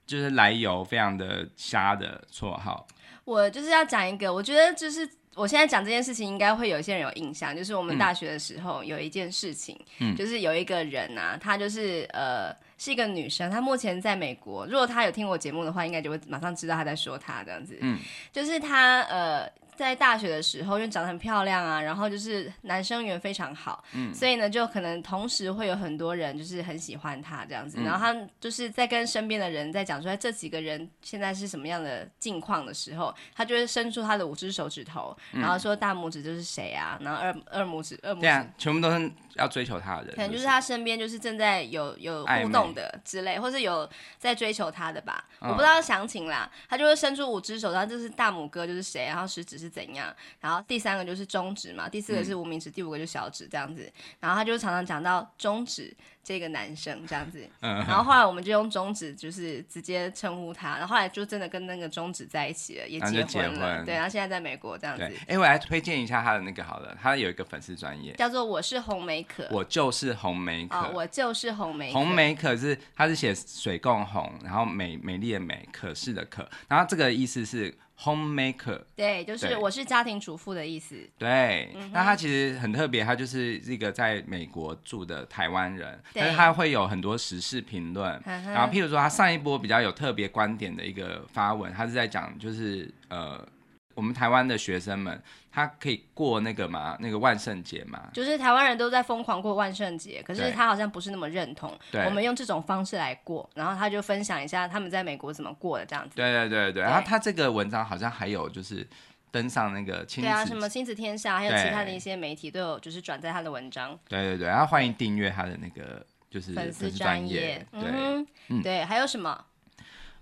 Speaker 1: 就是来由非常的瞎的绰号？
Speaker 2: 我就是要讲一个，我觉得就是我现在讲这件事情，应该会有一些人有印象，就是我们大学的时候有一件事情，
Speaker 1: 嗯
Speaker 2: 就是有一个人啊，她就是呃是一个女生，她目前在美国，如果她有听我节目的话，应该就会马上知道她在说她这样子，
Speaker 1: 嗯
Speaker 2: 就是她呃。在大学的时候，因为长得很漂亮啊，然后就是男生缘非常好，
Speaker 1: 嗯
Speaker 2: 所以呢，就可能同时会有很多人就是很喜欢她这样
Speaker 1: 嗯
Speaker 2: 子，然后她就是在跟身边的人在讲说哎这几个人现在是什么样的境况的时候，她就会伸出她的五只手指头，然后说大拇指就是谁啊，然后二二拇指二
Speaker 1: 嗯
Speaker 2: 拇
Speaker 1: 对啊
Speaker 2: 指。，
Speaker 1: 全部都是要追求他的人，
Speaker 2: 可能就是是她身边就是正在有有
Speaker 1: 暧昧
Speaker 2: 互动的之类，或是有在追求她的吧，
Speaker 1: 嗯
Speaker 2: 我不知道详情啦。她就会伸出五只手，然后这是大拇哥就是谁，然后食指是怎样，然后第三个就是中指嘛，第四
Speaker 1: 嗯
Speaker 2: 个是无名指，第五个就是小指这样子。然后他就常常讲到中指这个男生这样子，
Speaker 1: 嗯
Speaker 2: 然后后来我们就用中指就是直接称呼他，然后后来就真的跟那个中指在一起了，也
Speaker 1: 然后
Speaker 2: 结
Speaker 1: 就
Speaker 2: 婚
Speaker 1: 结
Speaker 2: 了，
Speaker 1: 婚
Speaker 2: 对，然后现在在美国这样
Speaker 1: 对
Speaker 2: 子，。
Speaker 1: 哎、我来推荐一下他的那个好了，他有一个粉丝专业，
Speaker 2: 叫做我是红梅可，
Speaker 1: 我就是红梅可。
Speaker 2: 啊、我就是红梅可，
Speaker 1: 红梅可是它是写水共红，然后美美丽的美，可是的可，然后这个意思是 homemaker，
Speaker 2: 对，就是
Speaker 1: 对
Speaker 2: 我是家庭主妇的意思，
Speaker 1: 对，
Speaker 2: 嗯
Speaker 1: 那他其实很特别，他就是一个在美国住的台湾人，
Speaker 2: 对
Speaker 1: 但是他会有很多时事评论。
Speaker 2: 嗯哼
Speaker 1: 然后，譬如说，他上一波比较有特别观点的一个发文，他是在讲，就是呃，我们台湾的学生们，他可以过那个嘛，那个万圣节嘛，
Speaker 2: 就是台湾人都在疯狂过万圣节，可是
Speaker 1: 对
Speaker 2: 他好像不是那么认同。
Speaker 1: 对
Speaker 2: 我们用这种方式来过，然后他就分享一下他们在美国怎么过的这样子。
Speaker 1: 对对对对。然后他这个文章好像还有就是登上那个亲
Speaker 2: 对啊，
Speaker 1: 子
Speaker 2: 什么亲子天下，还有
Speaker 1: 对
Speaker 2: 其他的一些媒体都有，就是转载他的文章，
Speaker 1: 对对对，然后欢迎订阅他的那个就是
Speaker 2: 粉丝
Speaker 1: 丝
Speaker 2: 专
Speaker 1: 专
Speaker 2: 业
Speaker 1: 业。。对，啊
Speaker 2: 嗯哼，对，还有什么？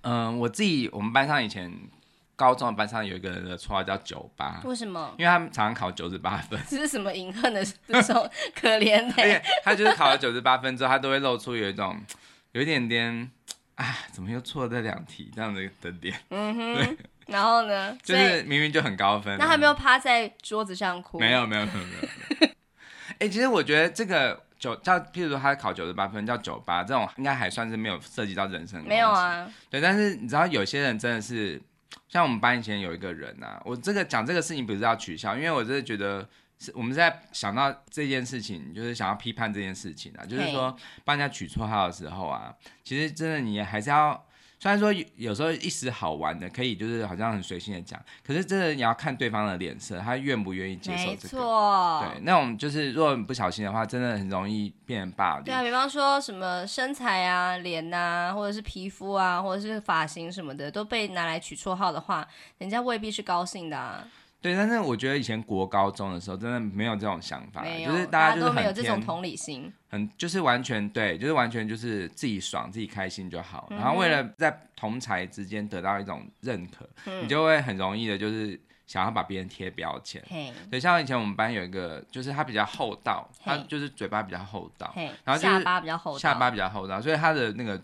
Speaker 1: 嗯，我自己我们班上以前高中的班上有一个人的绰号叫九八，
Speaker 2: 为什么？
Speaker 1: 因为他们常常考九十八 分，
Speaker 2: 这是什么隐恨的这种可怜
Speaker 1: 而
Speaker 2: 的？
Speaker 1: 且他就是考了九十八分之后，他都会露出有一种有一点点。啊，怎么又错了这两题？这样的的脸，
Speaker 2: 嗯哼，然后呢？
Speaker 1: 就
Speaker 2: 所以
Speaker 1: 是明明就很高分，啊
Speaker 2: 那他没有趴在桌子上哭？
Speaker 1: 没有没有没有没有。 哎、其实我觉得这个九叫，譬如说他考九十八分叫九八，这种应该还算是没有涉及到人生。
Speaker 2: 没有啊，
Speaker 1: 对，但是你知道有些人真的是，像我们班以前有一个人啊，我这个讲这个事情不是要取笑，因为我真的觉得是我们在想到这件事情，就是想要批判这件事情啊，就是说帮人家取绰号的时候啊，其实真的你还是要。虽然说有有时候一时好玩的，可以就是好像很随性的讲，可是真的你要看对方的脸色，他愿不愿意接受
Speaker 2: 没
Speaker 1: 这个。
Speaker 2: 错。
Speaker 1: 对，那种就是如果你不小心的话，真的很容易变成霸凌。
Speaker 2: 对啊，比方说什么身材啊、脸呐、或者是皮肤啊，或者是发型什么的，都被拿来取绰号的话，人家未必是高兴的啊。
Speaker 1: 对，但是我觉得以前国高中的时候，真的没有这种想法，
Speaker 2: 没有，
Speaker 1: 啊就是
Speaker 2: 大
Speaker 1: 家就是
Speaker 2: 都没有
Speaker 1: 很
Speaker 2: 这种
Speaker 1: 天
Speaker 2: 同理心，
Speaker 1: 很就是完全对，就是完全就是自己爽自己开心就好。
Speaker 2: 嗯
Speaker 1: 然后为了在同才之间得到一种认可，
Speaker 2: 嗯
Speaker 1: 你就会很容易的，就是想要把别人贴标签。
Speaker 2: 嘿，
Speaker 1: 对，像以前我们班有一个，就是他比较厚道，他
Speaker 2: 嘿
Speaker 1: 就是嘴巴比较厚道，
Speaker 2: 嘿，
Speaker 1: 然后就是
Speaker 2: 下巴比较厚道，
Speaker 1: 下巴比较厚道，所以他的那个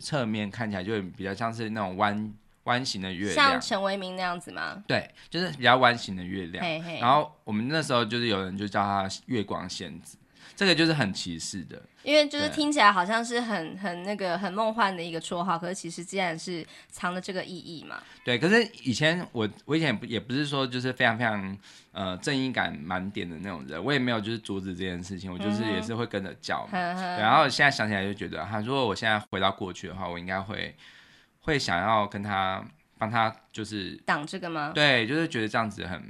Speaker 1: 侧面看起来就比较像是那种弯弯形的月亮
Speaker 2: 像，陈为民那样子吗？
Speaker 1: 对，就是比较弯形的月亮。
Speaker 2: 嘿嘿，
Speaker 1: 然后我们那时候就是有人就叫他月光仙子，这个就是很歧视的。
Speaker 2: 因为就是
Speaker 1: 对
Speaker 2: 听起来好像是很很那个很梦幻的一个绰号，可是其实既然是藏着这个意义嘛，
Speaker 1: 对，可是以前我我以前也不也不是说就是非常非常呃正义感满点的那种人，我也没有就是阻止这件事情，我就是也是会跟着叫嘛。对
Speaker 2: 呵呵，
Speaker 1: 然后现在想起来就觉得，哈，如果我现在回到过去的话，我应该会会想要跟他帮他，就是
Speaker 2: 挡这个吗？
Speaker 1: 对，就是觉得这样子很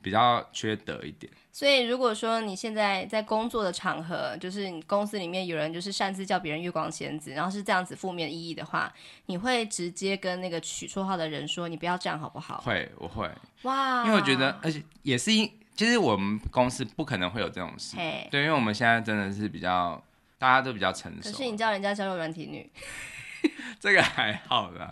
Speaker 1: 比较缺德一点。
Speaker 2: 所以如果说你现在在工作的场合，就是你公司里面有人就是擅自叫别人月光仙子，然后是这样子负面意义的话，你会直接跟那个取绰号的人说，你不要这样好不好？
Speaker 1: 会，我会，
Speaker 2: 哇，
Speaker 1: 因为我觉得，，而且也是因，其实我们公司不可能会有这种事，
Speaker 2: 嘿，
Speaker 1: 对，因为我们现在真的是比较大家都比较成熟
Speaker 2: 可
Speaker 1: 了。
Speaker 2: 是你叫人家交友软体女，
Speaker 1: 这个还好啦，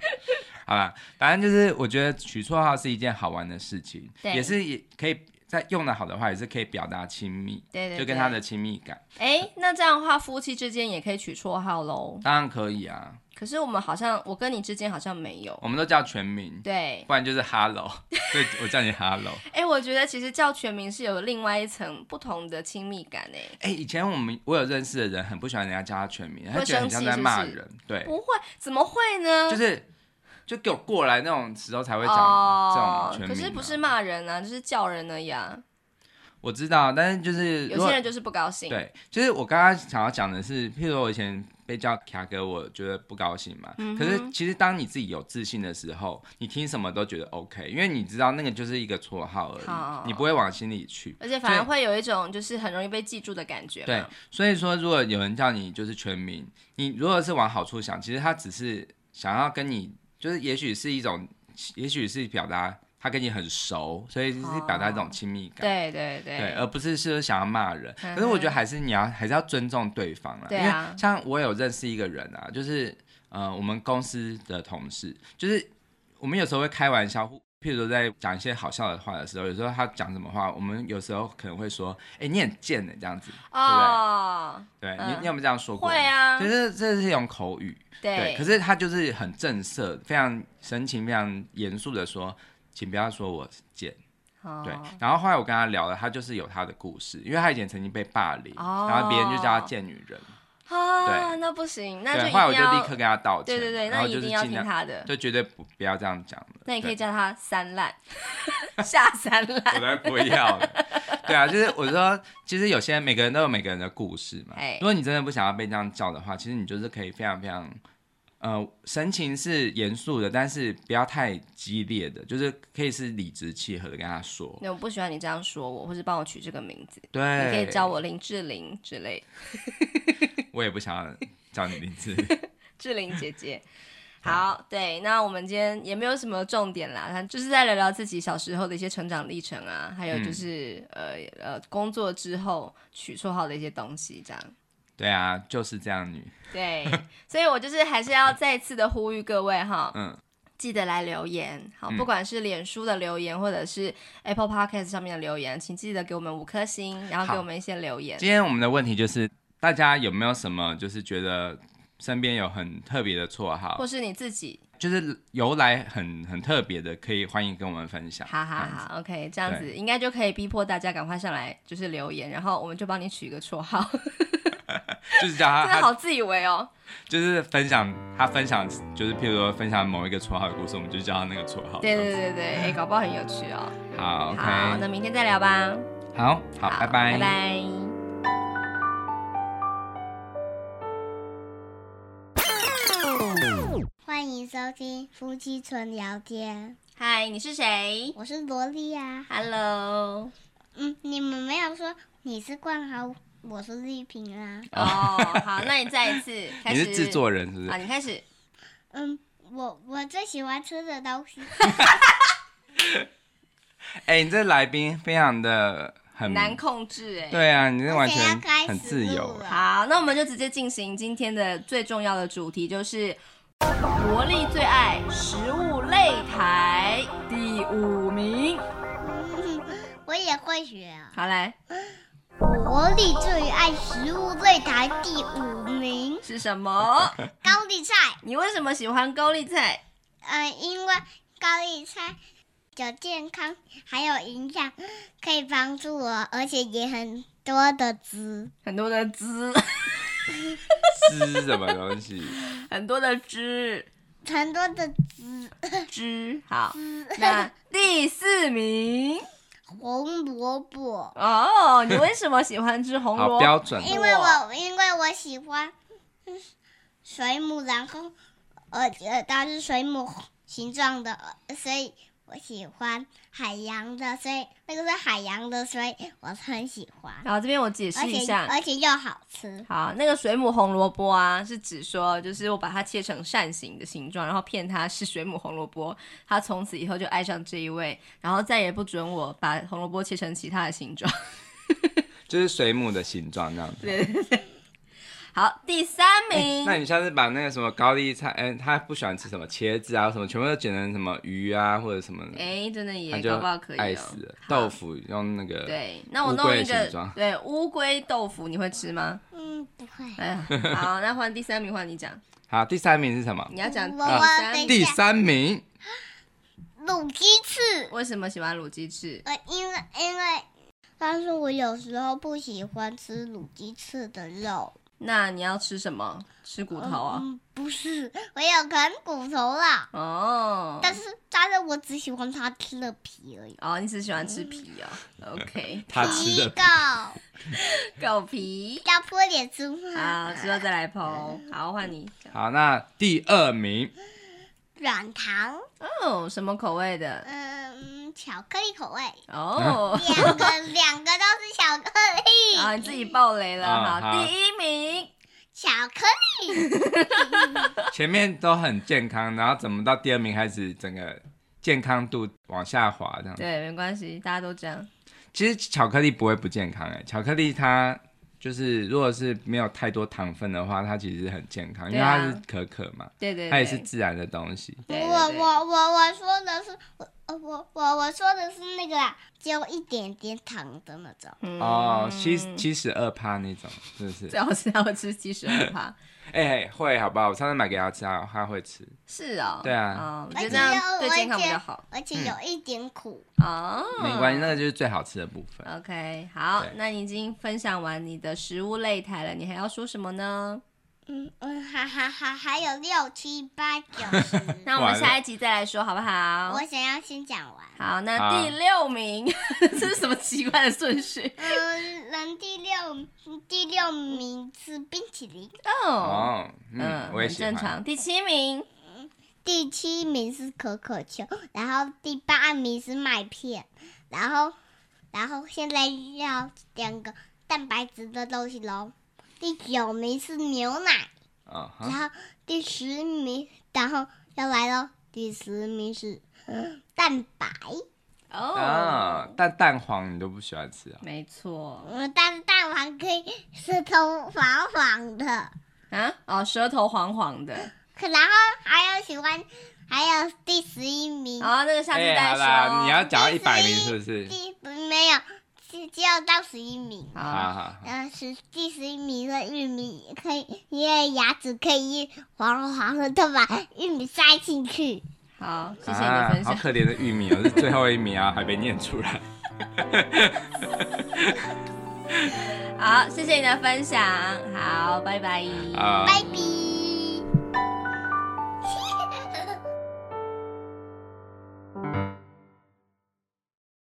Speaker 1: 好啦，反正就是我觉得取绰号是一件好玩的事情，
Speaker 2: 对
Speaker 1: 也是也可以在用的好的话，也是可以表达亲密，
Speaker 2: 对对对，
Speaker 1: 就跟他的，亲密感，
Speaker 2: 哎、那这样的话，夫妻之间也可以取绰号喽。
Speaker 1: 当然可以啊，
Speaker 2: 可是我们好像，我跟你之间好像没有，
Speaker 1: 我们都叫全名，
Speaker 2: 对，
Speaker 1: 不然就是 Hello，对 我叫你 Hello。
Speaker 2: 哎、我觉得其实叫全名是有另外一层不同的亲密感哎。
Speaker 1: 哎、以前我们我有认识的人很不喜欢人家叫他全名，他
Speaker 2: 会
Speaker 1: 觉得很像
Speaker 2: 生气
Speaker 1: 在骂
Speaker 2: 是不
Speaker 1: 人，
Speaker 2: 是
Speaker 1: 对，
Speaker 2: 不会，怎么会呢？
Speaker 1: 就是就给我过来那种时候才会讲
Speaker 2: 哦
Speaker 1: 这种，全名、
Speaker 2: 可是不是？骂人啊，就是叫人而已啊。
Speaker 1: 我知道，但是就是如
Speaker 2: 有
Speaker 1: 果
Speaker 2: 些人就是不高兴。，
Speaker 1: 呃对，就是我刚刚想要讲的是，譬如说我以前被叫卡哥，我觉得不高兴嘛。可是其实当你自己有自信的时候，你听什么都觉得 OK，因为你知道那个就是一个绰号而
Speaker 2: 好
Speaker 1: 已，你不会往心里去。
Speaker 2: 而且反而
Speaker 1: 所
Speaker 2: 会有一种就是很容易被记住的感觉嘛。
Speaker 1: 对，所以说如果有人叫你就是全名，你如果是往好处想，其实他只是想要跟你，就是也许是一种，也许是表达他跟你很熟，所以就是表达一种亲密感。
Speaker 2: 对对对嗯
Speaker 1: 对，而呃不是是想要骂人。可是我觉得还是你要还是要尊重对方啦，
Speaker 2: 对
Speaker 1: 因为
Speaker 2: 啊
Speaker 1: 像我有认识一个人啊，就是呃我们公司的同事，就是我们有时候会开玩笑，譬如说在讲一些好笑的话的时候，有时候他讲什么话，我们有时候可能会说，哎、你很贱的这样子，
Speaker 2: 哦，
Speaker 1: 对、
Speaker 2: 嗯
Speaker 1: 你你有没有这样说过？
Speaker 2: 会啊
Speaker 1: 其，实这是一种口语，对，可是
Speaker 2: 对，
Speaker 1: 他就是很正色，非常神情非常严肃的说，请不要说我贱。
Speaker 2: 哦
Speaker 1: 对，然后后来我跟他聊了，他就是有他的故事，因为他以前曾经被霸凌，
Speaker 2: 哦
Speaker 1: 然后别人就叫他贱女人，
Speaker 2: 啊，
Speaker 1: 对
Speaker 2: 那不行，那就
Speaker 1: 对，
Speaker 2: 一
Speaker 1: 后来我
Speaker 2: 定
Speaker 1: 就
Speaker 2: 要
Speaker 1: 立刻跟他道歉，
Speaker 2: 对对对，
Speaker 1: 然
Speaker 2: 那
Speaker 1: 后
Speaker 2: 一
Speaker 1: 就是
Speaker 2: 定要
Speaker 1: 尽
Speaker 2: 听
Speaker 1: 量，
Speaker 2: 他的。
Speaker 1: 就绝对不不要这样讲 了，
Speaker 2: 那你可以
Speaker 1: 对
Speaker 2: 叫他三烂， 下三烂。
Speaker 1: 我才不要了。对啊，就是我说，其实有些每个人都有每个人的故事嘛
Speaker 2: 哎。
Speaker 1: 如果你真的不想要被这样叫的话，其实你就是可以非常非常，呃，神情是严肃的，但是不要太激烈的，就是可以是理直气和的跟他说。
Speaker 2: 那我不喜欢你这样说我，或是帮我取这个名字。
Speaker 1: 对，
Speaker 2: 你可以叫我林志玲之类，
Speaker 1: 我也不想要叫你名字。
Speaker 2: 志玲姐姐。好，对，那我们今天也没有什么重点啦，他就是在聊聊自己小时候的一些成长历程啊，还有
Speaker 1: 嗯
Speaker 2: 就是、呃呃工作之后取绰号的一些东西，这样。
Speaker 1: 对啊，就是这样女。
Speaker 2: 对，所以我就是还是要再次的呼吁各位哈，
Speaker 1: 嗯，
Speaker 2: 记得来留言，好，
Speaker 1: 嗯
Speaker 2: 不管是脸书的留言或者是 Apple Podcast 上面的留言，请记得给我们五颗星，然后给
Speaker 1: 好
Speaker 2: 我们一些留言。
Speaker 1: 今天我们的问题就是，大家有没有什么就是觉得身边有很特别的绰号
Speaker 2: 或，是你自己，
Speaker 1: 就是由来很很特别的，可以欢迎跟我们分享。
Speaker 2: 哈
Speaker 1: 这
Speaker 2: 哈
Speaker 1: 样子
Speaker 2: 哈，OK，这样子应该就可以逼迫大家赶快上来，就是留言，然后我们就帮你取一个绰号，
Speaker 1: 啊 嗯就是叫他，
Speaker 2: 真的
Speaker 1: 他
Speaker 2: 好自以为哦。
Speaker 1: 就是分享他分享，就是譬如说分享某一个绰号的故事，我们就叫他那个绰号。
Speaker 2: 对
Speaker 1: 这
Speaker 2: 对
Speaker 1: 样
Speaker 2: 对对，哎、搞不好很有趣哦。
Speaker 1: 子好，OK，
Speaker 2: 好，那明天再聊吧。
Speaker 1: 好好，拜
Speaker 2: 拜拜。
Speaker 3: 欢迎收听夫妻纯聊天，
Speaker 2: 嗨，你是谁
Speaker 3: 我是萝莉啊。
Speaker 1: 哦
Speaker 2: ？Hello。
Speaker 3: 嗯，你们没有说你是冠豪，我是丽萍啊。
Speaker 2: 哦，好，那你再 一次开
Speaker 1: 你
Speaker 2: 始。
Speaker 1: 是制作人是不
Speaker 2: 啊？
Speaker 1: 是？
Speaker 2: 你开始。
Speaker 3: 嗯，我我最喜欢吃的东西。
Speaker 1: 哎、你这来宾非常的很
Speaker 2: 难控制哎、
Speaker 1: 嗯对啊，你这完
Speaker 3: 而且
Speaker 1: 全
Speaker 3: 要开始
Speaker 1: 很自由
Speaker 3: 录
Speaker 1: 欸。
Speaker 3: 了
Speaker 2: 好，那我们就直接进行今天的最重要的主题，就是魔力最爱食物擂台第五名。
Speaker 3: 我也会学啊。
Speaker 2: 好来，
Speaker 3: 国立最爱食物擂台第五名，
Speaker 2: 是 什么？
Speaker 3: 高丽菜。
Speaker 2: 你为什么喜欢高丽菜？
Speaker 3: 嗯，因为高丽菜有健康，还有营养，可以帮助我，而且也很多的汁。
Speaker 2: 很多的 汁，
Speaker 1: 吃什么东 西？
Speaker 2: 很多的汁
Speaker 3: 很多的汁，
Speaker 2: 汁。好，那第四名
Speaker 3: 红萝卜。
Speaker 2: 哦，你为什么喜欢吃 红
Speaker 1: 好
Speaker 2: 萝
Speaker 1: 标
Speaker 2: 卜？
Speaker 1: 准，
Speaker 3: 因为我因为我喜欢嗯水母，然后呃呃它是水母形状的，呃所以我喜欢海洋的，所以那个是海洋的，所以我很喜欢，
Speaker 2: 然后这边我解释
Speaker 3: 而
Speaker 2: 一
Speaker 3: 且
Speaker 2: 下，
Speaker 3: 而且又好吃。
Speaker 2: 好，那个水母红萝卜啊，是指说，就是我把它切成扇形的形状，然后骗它是水母红萝卜，它从此以后就爱上这一味，然后再也不准我把红萝卜切成其他的形状。
Speaker 1: 就是水母的形状那样子。
Speaker 2: 对对对。好，第三名，
Speaker 1: 那你下次把那个什么高丽菜，哎、他不喜欢吃什么茄子啊，什么全部都剪成什么鱼啊，或者什么的，
Speaker 2: 哎、真的
Speaker 1: 他
Speaker 2: 也
Speaker 1: 就
Speaker 2: 搞不好可以、哦、
Speaker 1: 爱死了。
Speaker 2: 好
Speaker 1: 豆。腐用那个，，
Speaker 2: 对，那我
Speaker 1: 乌
Speaker 2: 弄
Speaker 1: 龟的
Speaker 2: 一
Speaker 1: 形
Speaker 2: 个
Speaker 1: 状
Speaker 2: 对乌龟豆腐，你会吃吗？
Speaker 3: 嗯，不会。
Speaker 2: 哎 呀，好，那换第三名，换你讲，
Speaker 1: 好，第三名是什么？
Speaker 2: 你要讲第
Speaker 3: 我我
Speaker 2: 三
Speaker 3: 等一
Speaker 2: 名，
Speaker 3: 下
Speaker 1: 第三名，
Speaker 3: 卤鸡翅，
Speaker 2: 为什么喜欢卤鸡翅？
Speaker 3: 呃，因为因为，但是我有时候不喜欢吃卤鸡翅的肉。
Speaker 2: 那你要吃什么？吃骨头啊？
Speaker 3: 嗯，不是，我有啃骨头啦，
Speaker 2: 哦，
Speaker 3: 但是但是我只喜欢它吃的皮而已。
Speaker 2: 哦，你只喜欢吃皮哦。OK，
Speaker 1: 他吃
Speaker 3: 皮
Speaker 1: 的
Speaker 3: 狗，
Speaker 2: 狗皮。
Speaker 3: 要泼点芝麻
Speaker 2: 好，，之后再来剖。好，换你。
Speaker 1: 好，那第二名，
Speaker 3: 软糖，
Speaker 2: 哦，什么口味的？
Speaker 3: 嗯，巧克力 口味，
Speaker 2: 哦，
Speaker 3: 两个两个都是巧克力，
Speaker 2: 啊，你自己爆雷了。
Speaker 1: 啊
Speaker 2: 好，
Speaker 1: 好
Speaker 2: 第一名。
Speaker 3: 巧克力
Speaker 1: 前面都很健康，然后怎么到第二名开始整个健康度往下滑这样子？
Speaker 2: 对，没关系，大家都这样。
Speaker 1: 其实巧克力不会不健康哎、巧克力它就是如果是没有太多糖分的话，它其实很健康，因为
Speaker 2: 对啊
Speaker 1: 它是可可嘛，
Speaker 2: 对对对。
Speaker 1: 它也是自然的东西。
Speaker 2: 对对
Speaker 3: 我
Speaker 2: 对
Speaker 3: 我我我说的是我呃我我我说的是那个啦，只有一点点糖的那种。
Speaker 2: 嗯
Speaker 1: 哦，七七十二趴那种，是不是？
Speaker 2: 最好是他会吃七十二趴。
Speaker 1: 哎、会好不好？我上次买给他吃，他他会吃。
Speaker 2: 是哦。
Speaker 1: 对啊
Speaker 2: 哦，我
Speaker 3: 而
Speaker 2: 觉得
Speaker 3: 且
Speaker 2: 这样
Speaker 3: 哎有
Speaker 2: 对
Speaker 3: 而
Speaker 2: 健康比较
Speaker 3: 且
Speaker 2: 好。
Speaker 3: 而且有一点苦。
Speaker 2: 哦。
Speaker 1: 没关系，那个就是最好吃的部
Speaker 2: 嗯
Speaker 1: 分。
Speaker 2: OK，好
Speaker 1: 对，
Speaker 2: 那你已经分享完你的食物擂台了，你还要说什么呢？，
Speaker 3: 嗯嗯，还还还还有六七八九十
Speaker 2: 那我们
Speaker 1: 完了
Speaker 2: 下一集再来说好不 好
Speaker 3: 我？想要先讲完。
Speaker 2: 好，那
Speaker 1: 好啊
Speaker 2: 第六名， 这是什么奇怪的顺序？
Speaker 3: 嗯，人第六第六名是冰淇淋，
Speaker 2: 哦，
Speaker 1: 哦，嗯，我也
Speaker 2: 很
Speaker 1: 喜
Speaker 2: 正
Speaker 1: 欢。
Speaker 2: 常。第七名，
Speaker 3: 第七名是可可球，然后第八名是麦片，然后然后现在要两个蛋白质的东西喽。第九名是牛奶，
Speaker 1: 哦，
Speaker 3: 然
Speaker 1: 好
Speaker 3: 后第十名，然后要来喽。第十名是嗯蛋白，
Speaker 1: 啊
Speaker 2: 哦，，
Speaker 1: 但蛋黄你都不喜欢吃啊？
Speaker 2: 没错
Speaker 3: 嗯，但是蛋黄可以是头黄黄的。
Speaker 2: 啊，哦，舌头黄黄的，
Speaker 3: 可然后还有喜欢，还有第十一名，
Speaker 2: 哦，那个下次
Speaker 1: 哎、
Speaker 2: 再
Speaker 1: 好
Speaker 2: 说。
Speaker 1: 啦，你要讲到
Speaker 3: 第
Speaker 1: 一
Speaker 3: 十
Speaker 1: 百
Speaker 3: 一
Speaker 1: 名是不是？
Speaker 3: 第没有，只只有到十一名。
Speaker 1: 好
Speaker 2: 好，
Speaker 1: 好好，
Speaker 3: 呃，十第十一名的玉米可以，因为牙齿可以黄黄的，就把玉米塞进去。
Speaker 2: 好，谢谢你
Speaker 1: 啊
Speaker 2: 的分
Speaker 1: 好
Speaker 2: 享。
Speaker 1: 可怜的玉米哦，是最后一名啊，还没念出来。
Speaker 2: 好，谢谢你的分享。好，拜拜。
Speaker 1: 啊、
Speaker 3: 拜拜。